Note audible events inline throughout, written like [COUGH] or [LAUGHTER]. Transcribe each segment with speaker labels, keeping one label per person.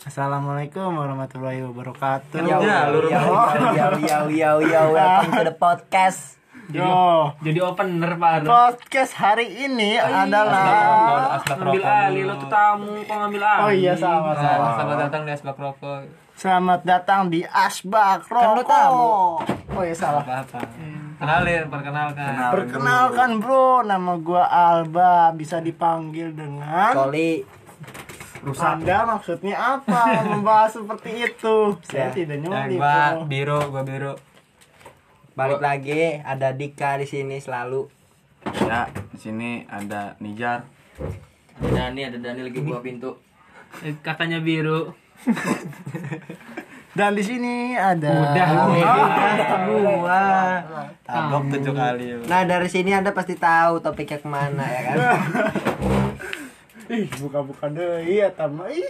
Speaker 1: Assalamualaikum warahmatullahi
Speaker 2: Iya,
Speaker 1: wabarakatuh.
Speaker 3: Yo,
Speaker 4: Ya, lu
Speaker 3: yo,
Speaker 4: rumah.
Speaker 3: yo, yo, yo, yo, iya, welcome to the podcast.
Speaker 1: Yo,
Speaker 4: Jadi opener Pak Arno.
Speaker 1: podcast hari ini adalah
Speaker 4: Ngambil alih lo tuh tamu kok ngambil alih.
Speaker 1: Oh iya, sama, sama.
Speaker 4: Selamat datang di Asbak Rokok.
Speaker 1: selamat datang di Asbak
Speaker 3: Kan lu
Speaker 1: Rokok.
Speaker 3: tamu.
Speaker 1: Oh iya salah.
Speaker 4: Apa-apa. Kenalin, perkenalkan.
Speaker 1: Perkenalkan bro, nama gua Alba, bisa dipanggil
Speaker 2: Kan-
Speaker 1: dengan
Speaker 3: Koli,
Speaker 1: Anda maksudnya apa membahas seperti itu? Saya
Speaker 3: Ya.
Speaker 1: tidak
Speaker 4: Ya,
Speaker 1: nyuri
Speaker 4: gua
Speaker 1: bro.
Speaker 4: biru, gua biru.
Speaker 3: balik lagi ada Dika di sini selalu.
Speaker 5: Ya, di sini ada Nijar.
Speaker 2: Dani ada Dani lagi buka pintu
Speaker 4: Eh, Kakaknya biru.
Speaker 1: Dan di sini ada
Speaker 4: Udah.
Speaker 3: Gua.
Speaker 4: Ah.
Speaker 5: Tablok tujuh kali.
Speaker 3: Nah, dari sini Anda pasti tahu topiknya kemana ya
Speaker 2: [LAUGHS]
Speaker 3: kan?
Speaker 1: Ih, buka-buka deh. Iya, tamu. Ih.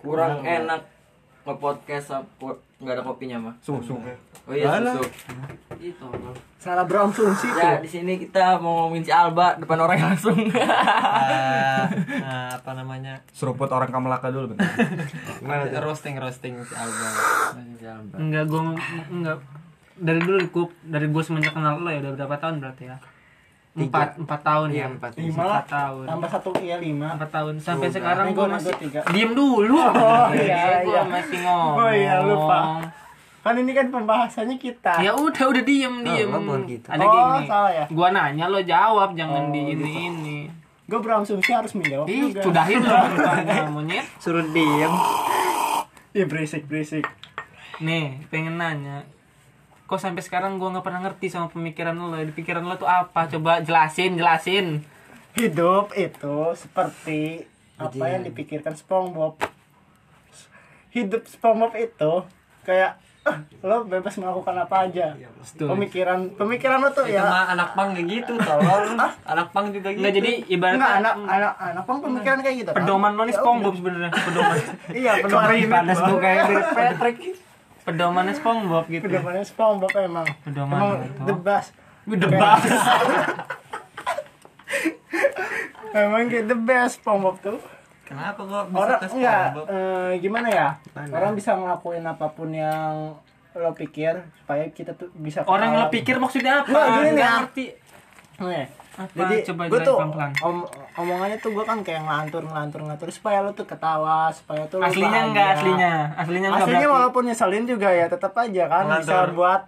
Speaker 2: kurang enak ke podcast aku nggak ada kopinya mah
Speaker 5: Susu.
Speaker 4: Eh,
Speaker 2: oh iya
Speaker 5: Alah.
Speaker 2: susu itu
Speaker 1: Salah beronsumsi tuh.
Speaker 2: ya di sini kita mau ngomongin si Alba depan orang langsung
Speaker 4: Ah, ah, apa namanya?
Speaker 5: Seruput orang Kamelaka dulu bentar.
Speaker 4: Roasting roasting si Alba.
Speaker 2: si Alba
Speaker 6: Enggak, gue enggak dari dulu Kup, dari gue semenjak kenal lo ya udah berapa tahun berarti ya? Empat empat tahun ya.
Speaker 3: empat.
Speaker 1: lima lah
Speaker 6: tahun.
Speaker 1: tambah satu iya lima
Speaker 6: Empat tahun sampai sekarang
Speaker 1: Ini
Speaker 6: gue
Speaker 1: gua
Speaker 6: masih
Speaker 1: nambah tiga.
Speaker 6: diem dulu.
Speaker 1: Oh, iya,
Speaker 6: gue
Speaker 1: iya.
Speaker 6: masih ngomong.
Speaker 1: Oh, iya, lupa. kan ini kan pembahasannya kita
Speaker 6: Ya udah udah diem diem.
Speaker 3: nggak boleh gitu.
Speaker 6: Ada
Speaker 1: Oh,
Speaker 6: gini.
Speaker 1: salah ya?
Speaker 6: Gua nanya lo jawab jangan di ini ini.
Speaker 1: gue berasumsi harus menjawab
Speaker 6: Ih,
Speaker 1: juga
Speaker 6: sudahin lo pertanyaannya, monyet.
Speaker 3: Suruh diem.
Speaker 1: Ih, berisik berisik
Speaker 6: Nih, pengen nanya. Kok sampai sekarang gua nggak pernah ngerti sama pemikiran lo. Di pikiran lo tuh apa? Coba jelasin, jelasin.
Speaker 1: hidup itu seperti apa yang dipikirkan SpongeBob hidup SpongeBob itu kayak "Ah, lo bebas melakukan apa aja
Speaker 6: Iya,
Speaker 1: pemikiran pemikiran lo tuh
Speaker 4: Itu
Speaker 1: ya
Speaker 4: mah anak pang kayak gitu, tolol. Anak pang juga gitu.
Speaker 6: Enggak jadi ibaratnya
Speaker 1: Enggak, anak anak anak pun pemikiran kayak gitu kan?
Speaker 6: Hmm. pedoman lo nih SpongeBob sebenarnya pedoman
Speaker 1: iya pedoman
Speaker 3: Panas gua kayak
Speaker 6: [LAUGHS]
Speaker 3: mirip Patrick.
Speaker 6: pedomannya SpongeBob gitu
Speaker 1: pedomannya SpongeBob emang
Speaker 6: Pedoman
Speaker 1: emang
Speaker 6: itu.
Speaker 1: the best
Speaker 6: the best
Speaker 1: emang kayak the best SpongeBob tuh
Speaker 4: Kenapa gua bisa
Speaker 1: orang
Speaker 4: ke
Speaker 1: enggak
Speaker 4: SpongeBob?
Speaker 1: eh, gimana ya orang bisa ngelakuin apapun yang lo pikir supaya kita tuh bisa ke
Speaker 6: orang lo
Speaker 1: alam.
Speaker 6: pikir maksudnya apa
Speaker 1: Enggak, gini nih,
Speaker 6: Nggak
Speaker 1: ah.
Speaker 6: ngerti
Speaker 1: Nih,
Speaker 6: Apa?
Speaker 1: Iya. jadi
Speaker 6: Coba
Speaker 1: gue
Speaker 6: jelasin
Speaker 1: tuh
Speaker 6: pelan-pelan.
Speaker 1: om- omongannya tuh gue kan kayak ngelantur ngelantur ngelantur supaya lo tuh ketawa supaya tuh lo
Speaker 6: aslinya
Speaker 1: bahagia.
Speaker 6: enggak aslinya aslinya enggak
Speaker 1: aslinya
Speaker 6: berarti
Speaker 1: walaupun nyeselin juga ya tetap aja kan bisa
Speaker 4: Ngelantur.
Speaker 1: buat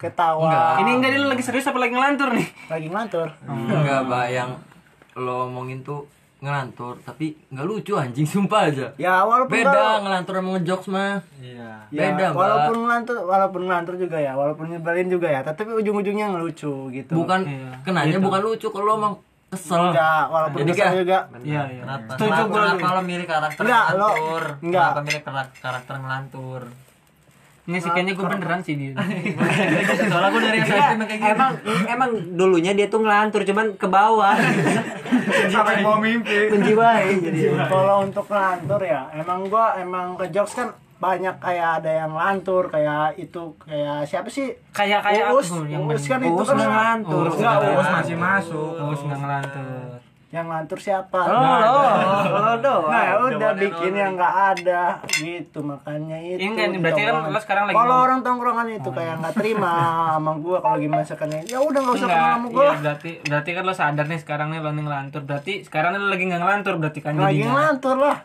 Speaker 1: ketawa
Speaker 6: ini enggak dia lagi serius apa lagi ngelantur nih
Speaker 1: lagi ngelantur
Speaker 2: nggak bayang lo ngomongin tuh ngelantur tapi nggak lucu anjing sumpah aja
Speaker 1: ya walaupun
Speaker 2: beda
Speaker 1: kalau-
Speaker 2: ngelantur sama ngejokes mah
Speaker 4: Iya.
Speaker 1: Ya,
Speaker 2: beda Mbak.
Speaker 1: walaupun ngelantur walaupun ngelantur juga ya walaupun nyebelin juga ya tapi ujung-ujungnya ngelucu gitu
Speaker 2: bukan
Speaker 4: Iya.
Speaker 2: kenanya
Speaker 4: Gitu.
Speaker 2: bukan lucu kalau lo emang kesel
Speaker 1: enggak walaupun
Speaker 2: Jadi
Speaker 1: kesel
Speaker 2: kayak-
Speaker 1: juga
Speaker 6: iya iya
Speaker 4: Kenapa?
Speaker 6: setuju
Speaker 4: Kenapa-
Speaker 6: gue
Speaker 4: Kenapa lo milih karakter
Speaker 1: Enggak, lo-
Speaker 4: ngelantur?
Speaker 1: enggak.
Speaker 4: Kenapa milih kara- karakter ngelantur?
Speaker 6: ini sih kayaknya gue beneran sih dia
Speaker 4: [LAUGHS] Soalnya gue dari SMP emang kayak gitu.
Speaker 3: Emang emang dulunya dia tuh ngelantur cuman ke
Speaker 4: [LAUGHS]
Speaker 3: bawah.
Speaker 5: Sampai mau mimpi.
Speaker 3: Menjiwai jadi.
Speaker 1: kalau untuk ngelantur ya emang gua emang ke jokes kan banyak kayak ada yang lantur kayak itu kayak siapa sih
Speaker 6: kayak kayak
Speaker 1: Uus,
Speaker 6: aku yang
Speaker 1: Uus
Speaker 6: bener.
Speaker 1: kan itu
Speaker 3: Uus
Speaker 1: kan
Speaker 3: nggak ngelantur.
Speaker 1: Uus nggak,
Speaker 6: Uus
Speaker 1: Uus.
Speaker 5: masih masuk.
Speaker 6: Terus nggak ngelantur Oh,
Speaker 1: yang lantur siapa
Speaker 3: Lo
Speaker 1: Nah,
Speaker 3: lo
Speaker 1: [LAUGHS]
Speaker 3: lo doang.
Speaker 1: Nah, udah bikin yang nggak ada gitu makanya itu.
Speaker 6: Ini kan, berarti kan
Speaker 1: ditongkrongan.
Speaker 6: lo sekarang lagi
Speaker 1: Kalau
Speaker 6: mau- Oh.
Speaker 1: orang tongkrongan itu kayak nggak terima sama gua kalau lagi masakannya. Ya udah nggak usah kenal
Speaker 6: Enggak,
Speaker 1: sama
Speaker 6: iya,
Speaker 1: gua.
Speaker 6: berarti berarti kan lo sadar nih sekarang nih lo nih ngelantur berarti sekarang nih lo lagi nggak ngelantur berarti kan
Speaker 1: Lagi
Speaker 6: jadinya.
Speaker 1: ngelantur lah.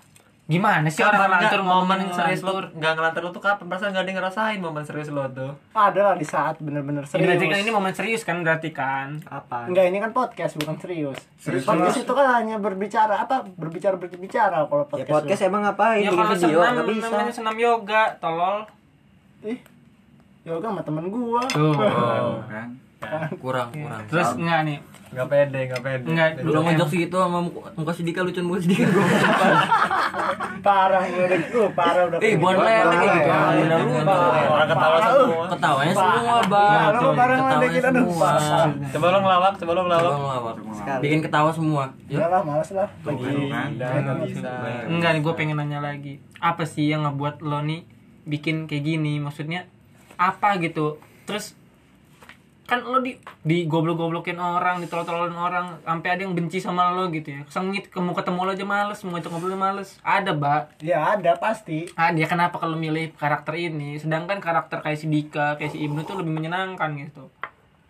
Speaker 6: Gimana sih orang ngelantur
Speaker 4: momen serius lo nggak ngelantur lo tuh kapan perasaan gak ada yang ngerasain momen serius lo tuh
Speaker 1: Ada lah di saat bener-bener
Speaker 6: Ini
Speaker 1: serius.
Speaker 6: berarti kan ini momen serius kan berarti kan.
Speaker 3: Apa?
Speaker 1: Enggak, ini kan podcast bukan serius.
Speaker 5: Serius
Speaker 1: podcast itu kan hanya berbicara apa berbicara berbicara kalau
Speaker 3: Ya
Speaker 1: podcast.
Speaker 3: podcast emang ngapain?
Speaker 6: Ya
Speaker 3: Bikin
Speaker 6: kalau
Speaker 3: video
Speaker 6: senam
Speaker 3: nggak bisa.
Speaker 6: namanya senam yoga, tolol.
Speaker 1: Ih. Yoga sama temen gua.
Speaker 6: Tuh.
Speaker 5: Kan.
Speaker 2: kurang kurang
Speaker 6: Terus enggak nih. eh,
Speaker 4: nggak pede nggak pede
Speaker 6: Enggak
Speaker 2: Lu
Speaker 6: dulu
Speaker 2: ngejokes gitu sama muka, muka si Dika lucuan muka si Dika gue
Speaker 1: Parah gua udah uh, parah udah.
Speaker 2: Eh, bukan lele kayak gitu. Udah lupa.
Speaker 4: orang ketawa semua
Speaker 2: Ketawanya semua, Bang.
Speaker 1: Nah, lu bareng ada
Speaker 2: Ketawanya
Speaker 1: kita aduh.
Speaker 2: semua.
Speaker 1: parah.
Speaker 4: coba lo ngelawak coba lo ngelawak
Speaker 2: Bang, lawak. Bikin ketawa semua. Yuk.
Speaker 1: Ya lah, males lah. Lagi
Speaker 5: Kan.
Speaker 6: enggak nih gue pengen nanya lagi. Apa sih yang ngebuat lo nih bikin kayak gini? Maksudnya apa gitu? Terus kan lo di di goblok-goblokin orang, ditolol-tololin orang, sampai ada yang benci sama lo gitu ya. Sengit kamu ketemu lo aja males, mau ngajak ngobrol males. Ada, Mbak.
Speaker 1: Ya ada pasti.
Speaker 6: Ah, dia kenapa kalau milih karakter ini? Sedangkan karakter kayak si Dika, kayak si Ibnu tuh lebih menyenangkan gitu.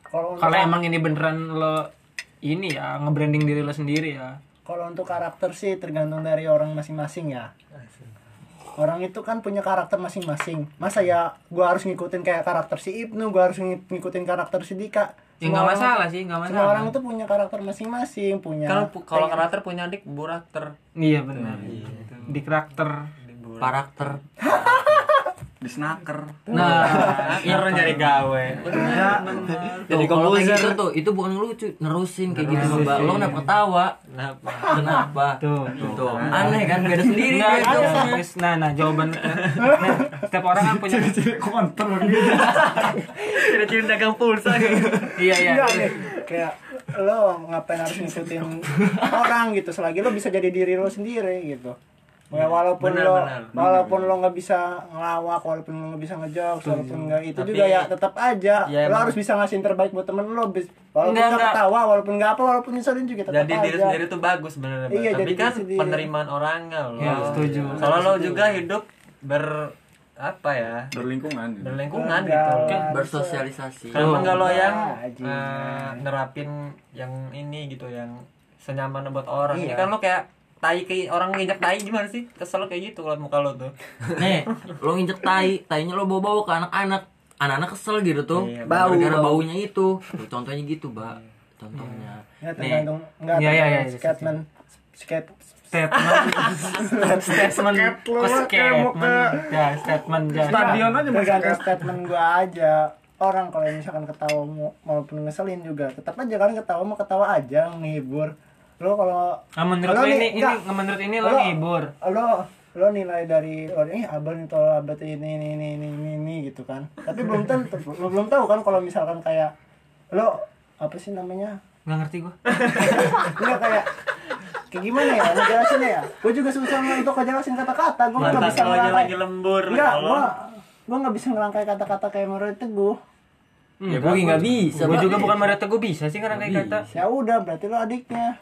Speaker 1: Kalau untuk
Speaker 6: Kalau emang ini beneran lo ini ya nge-branding diri lo sendiri ya.
Speaker 1: kalau untuk karakter sih tergantung dari orang masing-masing ya. Orang itu kan punya karakter masing-masing. Masa ya gua harus ngikutin kayak karakter si Ibnu, gua harus ngik- ngikutin karakter si Dika. Semua
Speaker 6: Ya nggak
Speaker 1: orang-
Speaker 6: masalah sih, nggak
Speaker 1: Semua
Speaker 6: masalah.
Speaker 1: orang itu punya karakter masing-masing, punya.
Speaker 4: Kalau kalau karakter punya adik burakter.
Speaker 6: Iya benar. Di karakter.
Speaker 2: karakter
Speaker 5: Di snacker.
Speaker 6: Nah,
Speaker 4: [LAUGHS] Akhirnya jadi gawe.
Speaker 2: Tuh, kalau kayak gitu tuh itu bukan lucu nerusin kayak gitu Mbak lo kenapa ketawa
Speaker 4: Kenapa?
Speaker 2: kenapa
Speaker 6: tuh.
Speaker 4: Gitu
Speaker 2: tuh
Speaker 4: [LAUGHS]
Speaker 2: aneh kan beda sendiri
Speaker 6: Nggak,
Speaker 2: dia
Speaker 6: nggak,
Speaker 2: jawabnya.
Speaker 6: guys. [LAUGHS] Nah, nah jawaban nah, setiap orang kan punya
Speaker 5: Ciri-ciri konter gitu.
Speaker 4: Ciri-ciri dagang pulsa gitu.
Speaker 6: iya iya.
Speaker 1: Enggak nih. Kayak lo ngapain harus ngikutin orang gitu selagi lo bisa jadi diri lo sendiri gitu. Ya, walaupun
Speaker 4: Iya. Benar,
Speaker 1: lo
Speaker 4: benar.
Speaker 1: walaupun lo nggak bisa ngelawak, walaupun lo nggak bisa ngejokes, walaupun nggak itu
Speaker 4: Tapi-
Speaker 1: juga ya tetap aja
Speaker 4: Ya,
Speaker 1: lo
Speaker 4: emang-
Speaker 1: harus bisa ngasih yang terbaik buat temen lo. bis- Walaupun
Speaker 6: Enggak,
Speaker 1: nggak
Speaker 6: enggak.
Speaker 1: ketawa, walaupun nggak apa, walaupun nyeselin juga tetap
Speaker 4: [LAUGHS] jadi
Speaker 1: aja. Ya,
Speaker 4: diri sendiri tuh bagus sebenarnya Mbak.
Speaker 1: Iya,
Speaker 4: tapi
Speaker 1: jadi
Speaker 4: kan
Speaker 1: diri sendiri.
Speaker 4: penerimaan orang lo
Speaker 6: Iya, setuju.
Speaker 4: soalnya lo juga hidup ber apa ya
Speaker 5: [LAUGHS] Berlingkungan. gitu.
Speaker 4: berlingkungan gitu
Speaker 1: Enggak.
Speaker 2: bersosialisasi
Speaker 4: kalau enggak lo yang
Speaker 1: Ajin.
Speaker 4: eh, nerapin yang ini gitu yang senyaman buat orang
Speaker 1: Iya.
Speaker 4: ini kan lo kayak tai ke orang nginjak tai gimana sih kesel kayak gitu kalau muka lo tuh
Speaker 2: nih lo nginjek tai tainya lo bawa bawa ke anak-anak anak-anak kesel gitu tuh
Speaker 4: Iya,
Speaker 2: bau gara
Speaker 3: bau.
Speaker 2: baunya itu Tuh, contohnya gitu mbak contohnya
Speaker 1: Ya tergantung enggak
Speaker 6: Iya, iya,
Speaker 1: tergantung
Speaker 6: iya,
Speaker 1: statement skate
Speaker 4: [LAUGHS]
Speaker 6: Statement. statement.
Speaker 1: Sket lo,
Speaker 6: Oh,
Speaker 1: kayak mau
Speaker 6: statement. Ya, statement. ya.
Speaker 5: Stadion aja masih
Speaker 1: tergantung
Speaker 5: kayak-
Speaker 1: statement gua aja orang kalau misalkan ketawa mau maupun ngeselin juga tetap aja kan ketawa mau ketawa aja menghibur lo kalau
Speaker 6: Ah, menurut
Speaker 1: Lo
Speaker 6: lo
Speaker 1: nih,
Speaker 6: ini, ini,
Speaker 1: enggak.
Speaker 6: menurut ini lo
Speaker 1: Lo-
Speaker 6: ngibur.
Speaker 1: lo lo nilai dari orang eh abang itu abad ini ini ini ini ini, ini," gitu kan tapi belum tentu [LAUGHS] lo belum tahu kan kalau misalkan kayak lo apa sih namanya [LAUGHS]
Speaker 6: Nggak ngerti gua.
Speaker 1: Enggak kayak kayak gimana ya ngejelasin ya gue juga susah untuk ngejelasin kata-kata gue nggak
Speaker 4: mata
Speaker 1: bisa
Speaker 4: lo aja
Speaker 1: ngelangkai
Speaker 4: lagi lembur
Speaker 1: enggak
Speaker 4: lo.
Speaker 1: gue gue nggak bisa ngelangkai kata-kata kayak menurut teguh
Speaker 2: ya gue nggak bisa
Speaker 6: Hmm, Iya, Gua
Speaker 2: Mbak.
Speaker 6: juga bukan merata gua bisa sih karena kayak kata.
Speaker 1: ya udah berarti lo adiknya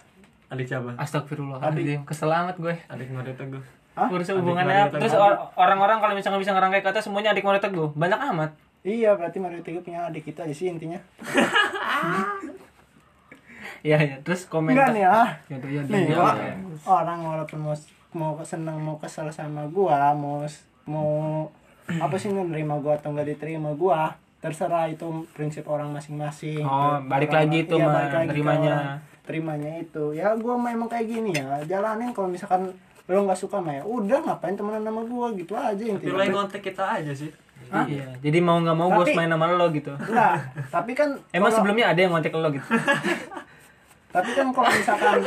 Speaker 4: adik siapa
Speaker 6: Astagfirullah. Aduh, keselamat gue.
Speaker 4: adik murid teguh
Speaker 6: Urus
Speaker 4: Maria
Speaker 6: hubungannya apa?
Speaker 4: Teguh.
Speaker 6: Terus or- orang-orang kalau misalnya nggak bisa ngerangkai kata semuanya adik Maria Teguh. Banyak amat. [LAUGHS]
Speaker 1: iya berarti menurut teguh punya adik kita aja sih intinya
Speaker 6: Iya, iya. Terus
Speaker 1: enggak
Speaker 6: komentar.
Speaker 1: nih ah
Speaker 6: Ya, tuh, ya,
Speaker 1: nih
Speaker 6: dia-
Speaker 1: wa- orang walaupun mau mau seneng mau kesel sama gua mau mau apa sih nerima gua atau nggak diterima gua terserah itu prinsip orang masing-masing
Speaker 6: Oh, balik
Speaker 1: Orang-
Speaker 6: lagi itu,
Speaker 1: iya,
Speaker 6: Man.
Speaker 1: balik lagi ke
Speaker 6: Terimanya.
Speaker 1: orang. terimanya itu ya gua memang kayak gini ya jalanin kalau misalkan lo nggak suka mah ya udah ngapain temenan sama gua gitu aja
Speaker 4: tapi lo yang
Speaker 1: intinya
Speaker 4: kontak kita aja sih
Speaker 6: Iya. Jadi mau nggak mau gue
Speaker 1: Tapi-
Speaker 6: main sama lo gitu.
Speaker 1: nah tapi kan
Speaker 6: Emang
Speaker 1: kalau-
Speaker 6: sebelumnya ada yang ngontek lo gitu?
Speaker 1: tapi kan kalau misalkan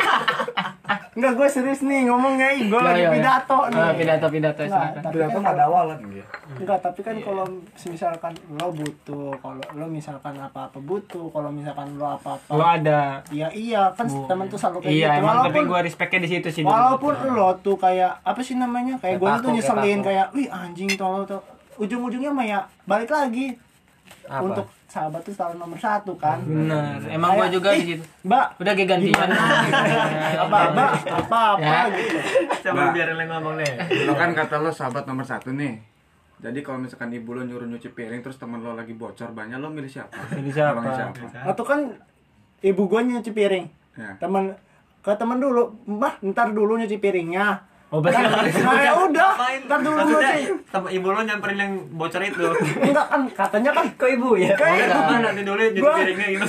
Speaker 1: nggak gue serius nih ngomongnya ih, gue lagi pidato nih
Speaker 6: iya, Ah, pidato pidato
Speaker 1: [LAUGHS] Nggak,
Speaker 6: silakan.
Speaker 1: tapi
Speaker 5: Ternyata
Speaker 1: kan
Speaker 5: nggak ada
Speaker 1: kalau-
Speaker 5: awalan gitu.
Speaker 1: Enggak, tapi kan kalau misalkan lo butuh, kalau lo misalkan apa-apa butuh, kalau misalkan lo
Speaker 6: Lo
Speaker 1: apa-apa
Speaker 6: Oh, ada.
Speaker 1: Iya, iya, kan temen tuh selalu kayak
Speaker 6: Iya,
Speaker 1: gitu.
Speaker 6: emang tapi
Speaker 1: Walaupun
Speaker 6: gue respectnya di situ sih. dulu.
Speaker 1: walaupun lo tuh kayak apa sih namanya? Kayak gue
Speaker 3: Kepaku,
Speaker 1: tuh nyeselin kayak, "Wih, anjing tolol tuh." Ujung-ujungnya mah ya balik lagi. Untuk sahabat tuh selalu nomor satu kan.
Speaker 6: Bener. Emang gue
Speaker 1: Kayak,
Speaker 6: juga
Speaker 1: "Ih,
Speaker 6: di situ.
Speaker 1: Mbak,
Speaker 6: Udah kayak gantian.
Speaker 1: Iya. apa, Mbak? Apa-apa
Speaker 6: Ya.
Speaker 1: gitu.
Speaker 4: coba biarin lo ngomong deh
Speaker 5: Nah, Lo kan kata lo sahabat nomor satu nih. Jadi kalau misalkan ibu lo nyuruh nyuci piring terus temen lo lagi bocor banyak lo milih siapa?
Speaker 6: Milih siapa?
Speaker 5: Abang siapa?
Speaker 1: Atau kan ibu gue nyuci piring.
Speaker 5: Ya.
Speaker 1: Temen ke temen dulu, mbah ntar dulu nyuci piringnya.
Speaker 6: Oh, berarti [LAUGHS] lo harus-
Speaker 1: Nah, ya udah,
Speaker 4: Ngapain?
Speaker 1: ntar dulu
Speaker 4: Maksudnya,
Speaker 1: nyuci.
Speaker 4: sama ibu lo nyamperin yang bocor itu.
Speaker 1: Enggak kan, katanya kan. Kok ibu ya?
Speaker 4: Kan nanti dulu jadi
Speaker 1: Gua-
Speaker 4: piringnya gitu.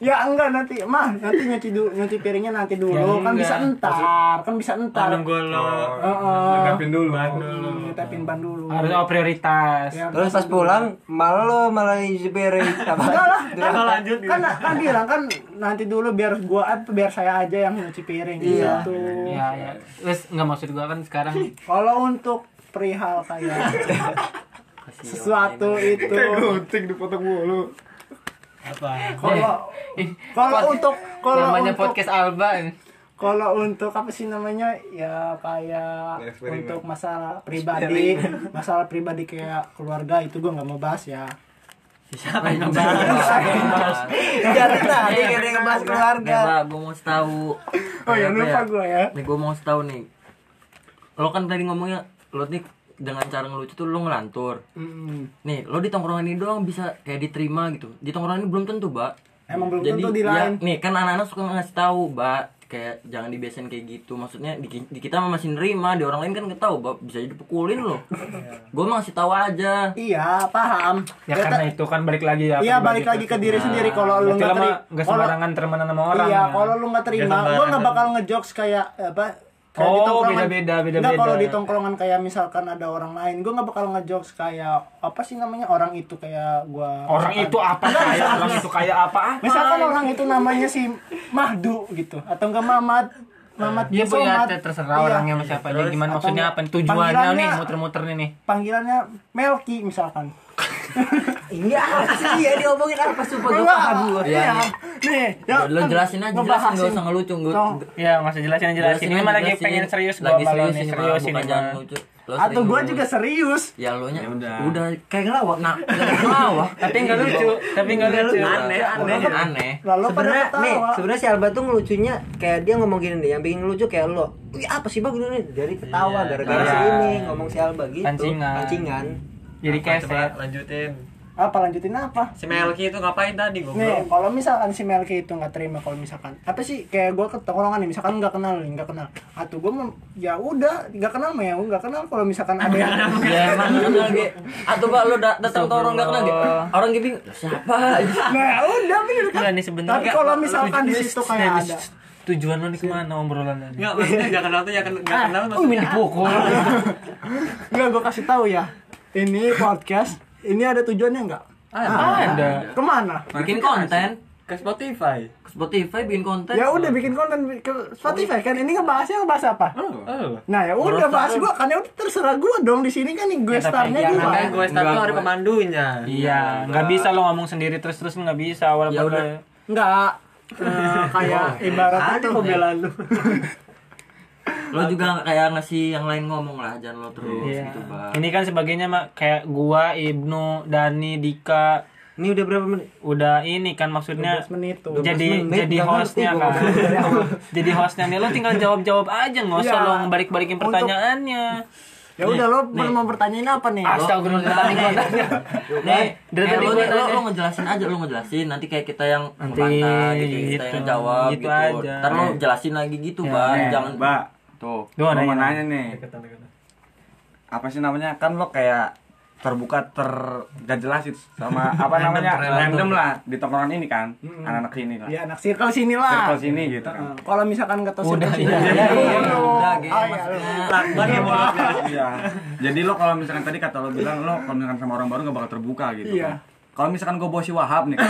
Speaker 1: Ya enggak nanti, mah nanti nyuci dulu, nyuci piringnya nanti dulu,
Speaker 6: Ya,
Speaker 1: kan bisa
Speaker 6: enggak.
Speaker 1: entar, kan bisa entar.
Speaker 4: Nunggu lo.
Speaker 5: Lengkapin dulu.
Speaker 1: Hmm, Tapin ban dulu.
Speaker 6: [LAUGHS] harus oh, prioritas.
Speaker 1: Ya,
Speaker 3: Terus pas pulang malah lo malah nyuci
Speaker 2: [LAUGHS]
Speaker 3: piring. Apa?
Speaker 1: Enggak lah, kan,
Speaker 4: Kalau lanjut gitu.
Speaker 1: kan, kan bilang kan nanti dulu biar gua eh, biar saya aja yang nyuci piring
Speaker 4: Iya.
Speaker 1: gitu.
Speaker 6: Ya, ya. Terus nggak maksud gue kan sekarang
Speaker 1: Kalau untuk perihal kayak [LAUGHS] sesuatu itu
Speaker 5: Penting dipotong mulu.
Speaker 4: Apa?
Speaker 1: kalau kalau
Speaker 6: Pod-
Speaker 1: untuk kalau
Speaker 6: Eh, namanya
Speaker 1: untuk
Speaker 6: podcast Alba.
Speaker 1: kalau untuk apa sih namanya ya kayak untuk [LAUGHS] masalah pribadi masalah pribadi kayak keluarga itu gua nggak mau bahas ya
Speaker 4: Siapa yang ngebahas?
Speaker 3: Jadi tadi kayak dia ngebahas keluarga.
Speaker 2: Nggak, gue mau tahu.
Speaker 1: Oh ya lupa
Speaker 2: gue.
Speaker 1: gue ya.
Speaker 2: Nih gue mau tahu nih. Lo kan tadi ngomongnya lo nih dengan cara ngelucu tuh lo ngelantur.
Speaker 1: Mm-mm.
Speaker 2: Nih, lo di tongkrongan ini doang bisa kayak diterima gitu. Di tongkrongan ini belum tentu, Mbak.
Speaker 1: Emang belum
Speaker 2: Jadi
Speaker 1: tentu di
Speaker 2: ya,
Speaker 1: lain.
Speaker 2: nih kan anak-anak suka ngasih tahu, Mbak, kayak jangan dibiasain kayak gitu. Maksudnya di, ki- di kita mah masih nerima, di orang lain kan nggak tahu, Mbak, bisa jadi pukulin
Speaker 1: [LAUGHS]
Speaker 2: lo. gue mah ngasih tahu aja.
Speaker 1: Iya paham.
Speaker 6: Ya
Speaker 1: Ya,
Speaker 6: karena
Speaker 1: ta-
Speaker 6: itu kan balik lagi ya. gitu.
Speaker 1: Iya balik lagi ke diri sendiri kalau lu nggak
Speaker 6: nggak
Speaker 1: terima.
Speaker 6: nggak
Speaker 1: kalau-
Speaker 6: sembarangan temenan sama orang.
Speaker 1: Iya
Speaker 6: ya.
Speaker 1: kalau lu nggak terima,
Speaker 4: Nggak
Speaker 1: gue nggak
Speaker 4: sembarangan.
Speaker 1: bakal ngejokes kayak eh, apa? kayak
Speaker 6: Oh,
Speaker 1: di tongkrongan.
Speaker 6: beda-beda, beda-beda.
Speaker 1: Nggak, kalau di tongkrongan kayak misalkan ada orang lain, gue nggak bakal ngejokes kayak apa sih namanya orang itu kayak gue.
Speaker 6: orang itu apa kayak orang itu kayak apa apa.
Speaker 1: Misalkan orang itu namanya si Mahdu gitu atau enggak Mamat. Mamat
Speaker 6: Iya
Speaker 1: bin
Speaker 6: bu ya
Speaker 1: Somad.
Speaker 6: ter- terserah
Speaker 1: Iya.
Speaker 6: orangnya sama siapa aja
Speaker 4: Terus,
Speaker 6: gimana
Speaker 1: apa
Speaker 6: maksudnya apa
Speaker 1: enggak?
Speaker 6: tujuannya
Speaker 1: Panggilannya-
Speaker 6: nih muter-muter nih nih.
Speaker 1: Panggilannya Melki misalkan.
Speaker 3: Iya sih ya diomongin apa sumpah gue
Speaker 1: Enggak,
Speaker 3: paham gue.
Speaker 1: Iya. Nih, ya,
Speaker 2: Lo jelasin aja, jelasin
Speaker 1: ngebahasin.
Speaker 2: nggak usah ngelucu. Nggak-
Speaker 1: Tong.
Speaker 6: Iya nggak usah jelasin jelasin. Ini mah lagi
Speaker 2: jelasin.
Speaker 6: pengen serius gua
Speaker 2: lagi
Speaker 6: sama lo
Speaker 2: serius
Speaker 6: nih
Speaker 2: ini
Speaker 6: serius
Speaker 2: mah,
Speaker 6: ini
Speaker 2: bukan jangan
Speaker 6: mah.
Speaker 2: lucu. Lo
Speaker 1: Atau
Speaker 2: sering
Speaker 1: gue
Speaker 2: ngelucu.
Speaker 1: juga serius.
Speaker 2: ya lo nya
Speaker 4: Ya udah.
Speaker 2: udah kayak ngelawak nah kayak [LAUGHS] ngelawak
Speaker 6: Tapi nggak lucu, tapi nggak lucu.
Speaker 4: Aneh, aneh.
Speaker 2: aneh aneh
Speaker 1: Lalu
Speaker 3: sebenarnya
Speaker 1: pada
Speaker 3: nih
Speaker 1: ketawa.
Speaker 3: sebenarnya si Alba tuh ngelucunya kayak dia ngomong gini deh yang bikin ngelucu kayak lo Wih, apa sih bang ini dari ketawa
Speaker 4: Iya,
Speaker 3: gara-gara
Speaker 6: iya.
Speaker 3: si ini ngomong si Alba gitu
Speaker 6: Pancingan.
Speaker 3: pancingan
Speaker 6: Jadi
Speaker 4: Coba
Speaker 6: keset.
Speaker 4: lanjutin.
Speaker 1: Apa lanjutin apa?
Speaker 4: Si Melki itu ngapain tadi
Speaker 1: Nih,
Speaker 4: goblok?
Speaker 1: kalau misalkan si Melki itu nggak terima kalau misalkan apa sih kayak gue ke tongkrongan nih, misalkan nggak kenal nih, nggak kenal. Atau gue ya udah nggak kenal mah ya nggak kenal kalau misalkan ada yang
Speaker 2: ya emang kenal ge atau pak lo da- datang ke orang nggak kenal ge orang gitu siapa
Speaker 1: Nah, udah bener kan.
Speaker 6: Enggak nih sebentar.
Speaker 1: Tapi kalau
Speaker 6: Kan
Speaker 1: misalkan di situ kayak ada
Speaker 6: Tujuan lo nih kemana obrolannya?
Speaker 4: Enggak, maksudnya gak kenal tuh ya ken- gak kenal
Speaker 6: Oh,
Speaker 4: maksudnya.
Speaker 6: minat pukul.
Speaker 1: Enggak gue kasih tahu ya. Ini podcast, ini ada tujuannya nggak? Ah,
Speaker 6: Ada.
Speaker 1: Kemana?
Speaker 2: bikin konten
Speaker 4: Ke Spotify.
Speaker 2: ke Spotify bikin konten
Speaker 1: Ya udah bikin konten ke Spotify kan ini ngebahasnya ngebahas apa?
Speaker 4: Oh.
Speaker 1: Nah ya udah bahas gua kan ya udah terserah gua dong di sini kan nih gue startnya
Speaker 4: Ya,
Speaker 1: gua.
Speaker 4: makanya gue start tuh ada pemandunya.
Speaker 6: Iya, nggak bisa lo ngomong sendiri terus-terus nggak bisa walaupun
Speaker 2: Ya udah.
Speaker 6: lo-
Speaker 1: Enggak. Eh,
Speaker 2: Ya.
Speaker 1: kayak ibarat itu pembelaan lu.
Speaker 2: lo juga kayak ngasih yang lain ngomong lah jangan lo terus
Speaker 6: Iya.
Speaker 2: gitu pak
Speaker 6: Ini kan sebagainya mak kayak gua, Ibnu, Dani, Dika
Speaker 3: ini udah berapa menit
Speaker 6: udah ini kan maksudnya
Speaker 1: 12 menit tuh.
Speaker 6: jadi
Speaker 3: menit,
Speaker 6: jadi
Speaker 3: nggak
Speaker 6: hostnya
Speaker 3: ngerti
Speaker 6: kan
Speaker 3: gua
Speaker 6: [LAUGHS] jadi hostnya nih lo tinggal jawab jawab aja nggak usah
Speaker 1: Iya.
Speaker 6: lo balik balikin
Speaker 1: Untuk-
Speaker 6: pertanyaannya
Speaker 1: Ya udah lo mau mau pertanyain apa nih? Iya.
Speaker 6: astagfirullah
Speaker 2: nih
Speaker 6: Iya. dari
Speaker 2: kayak
Speaker 6: tadi
Speaker 2: Eh, lo,
Speaker 6: gua
Speaker 2: nih, lo,
Speaker 6: tanya.
Speaker 2: lo ngejelasin aja lo ngejelasin nanti kayak kita yang
Speaker 6: Nanti
Speaker 2: membantah gitu, kita
Speaker 6: gitu,
Speaker 2: yang jawab
Speaker 6: gitu
Speaker 2: gitu,
Speaker 6: aja.
Speaker 2: ntar lo jelasin lagi gitu bang
Speaker 5: ya.
Speaker 2: jangan
Speaker 5: Mbak, tuh.
Speaker 6: Duh,
Speaker 5: Gua
Speaker 6: nanya,
Speaker 5: mau
Speaker 6: nanya.
Speaker 5: nanya nih. Apa sih namanya? Kan lo kayak terbuka ter gak jelasin sama apa namanya random lah di tongkrongan ini kan anak-anak sini lah
Speaker 1: Ya anak circle sini lah.
Speaker 5: circle sini gitu kan
Speaker 1: Eh, Kalau misalkan nggak tahu circle sini.
Speaker 2: Iya,
Speaker 1: ya,
Speaker 2: iya,
Speaker 1: lu.
Speaker 2: udah ge
Speaker 1: Ah, iya, lu.
Speaker 2: maksudnya
Speaker 4: Takban ya mulut.
Speaker 5: iya jadi lo kalau misalkan tadi kata lo bilang lo kalau misalkan sama orang baru gak bakal terbuka gitu
Speaker 1: Iya.
Speaker 5: kan kalau misalkan gue bawa si
Speaker 1: [LAUGHS]
Speaker 5: Wahab nih
Speaker 1: Tuh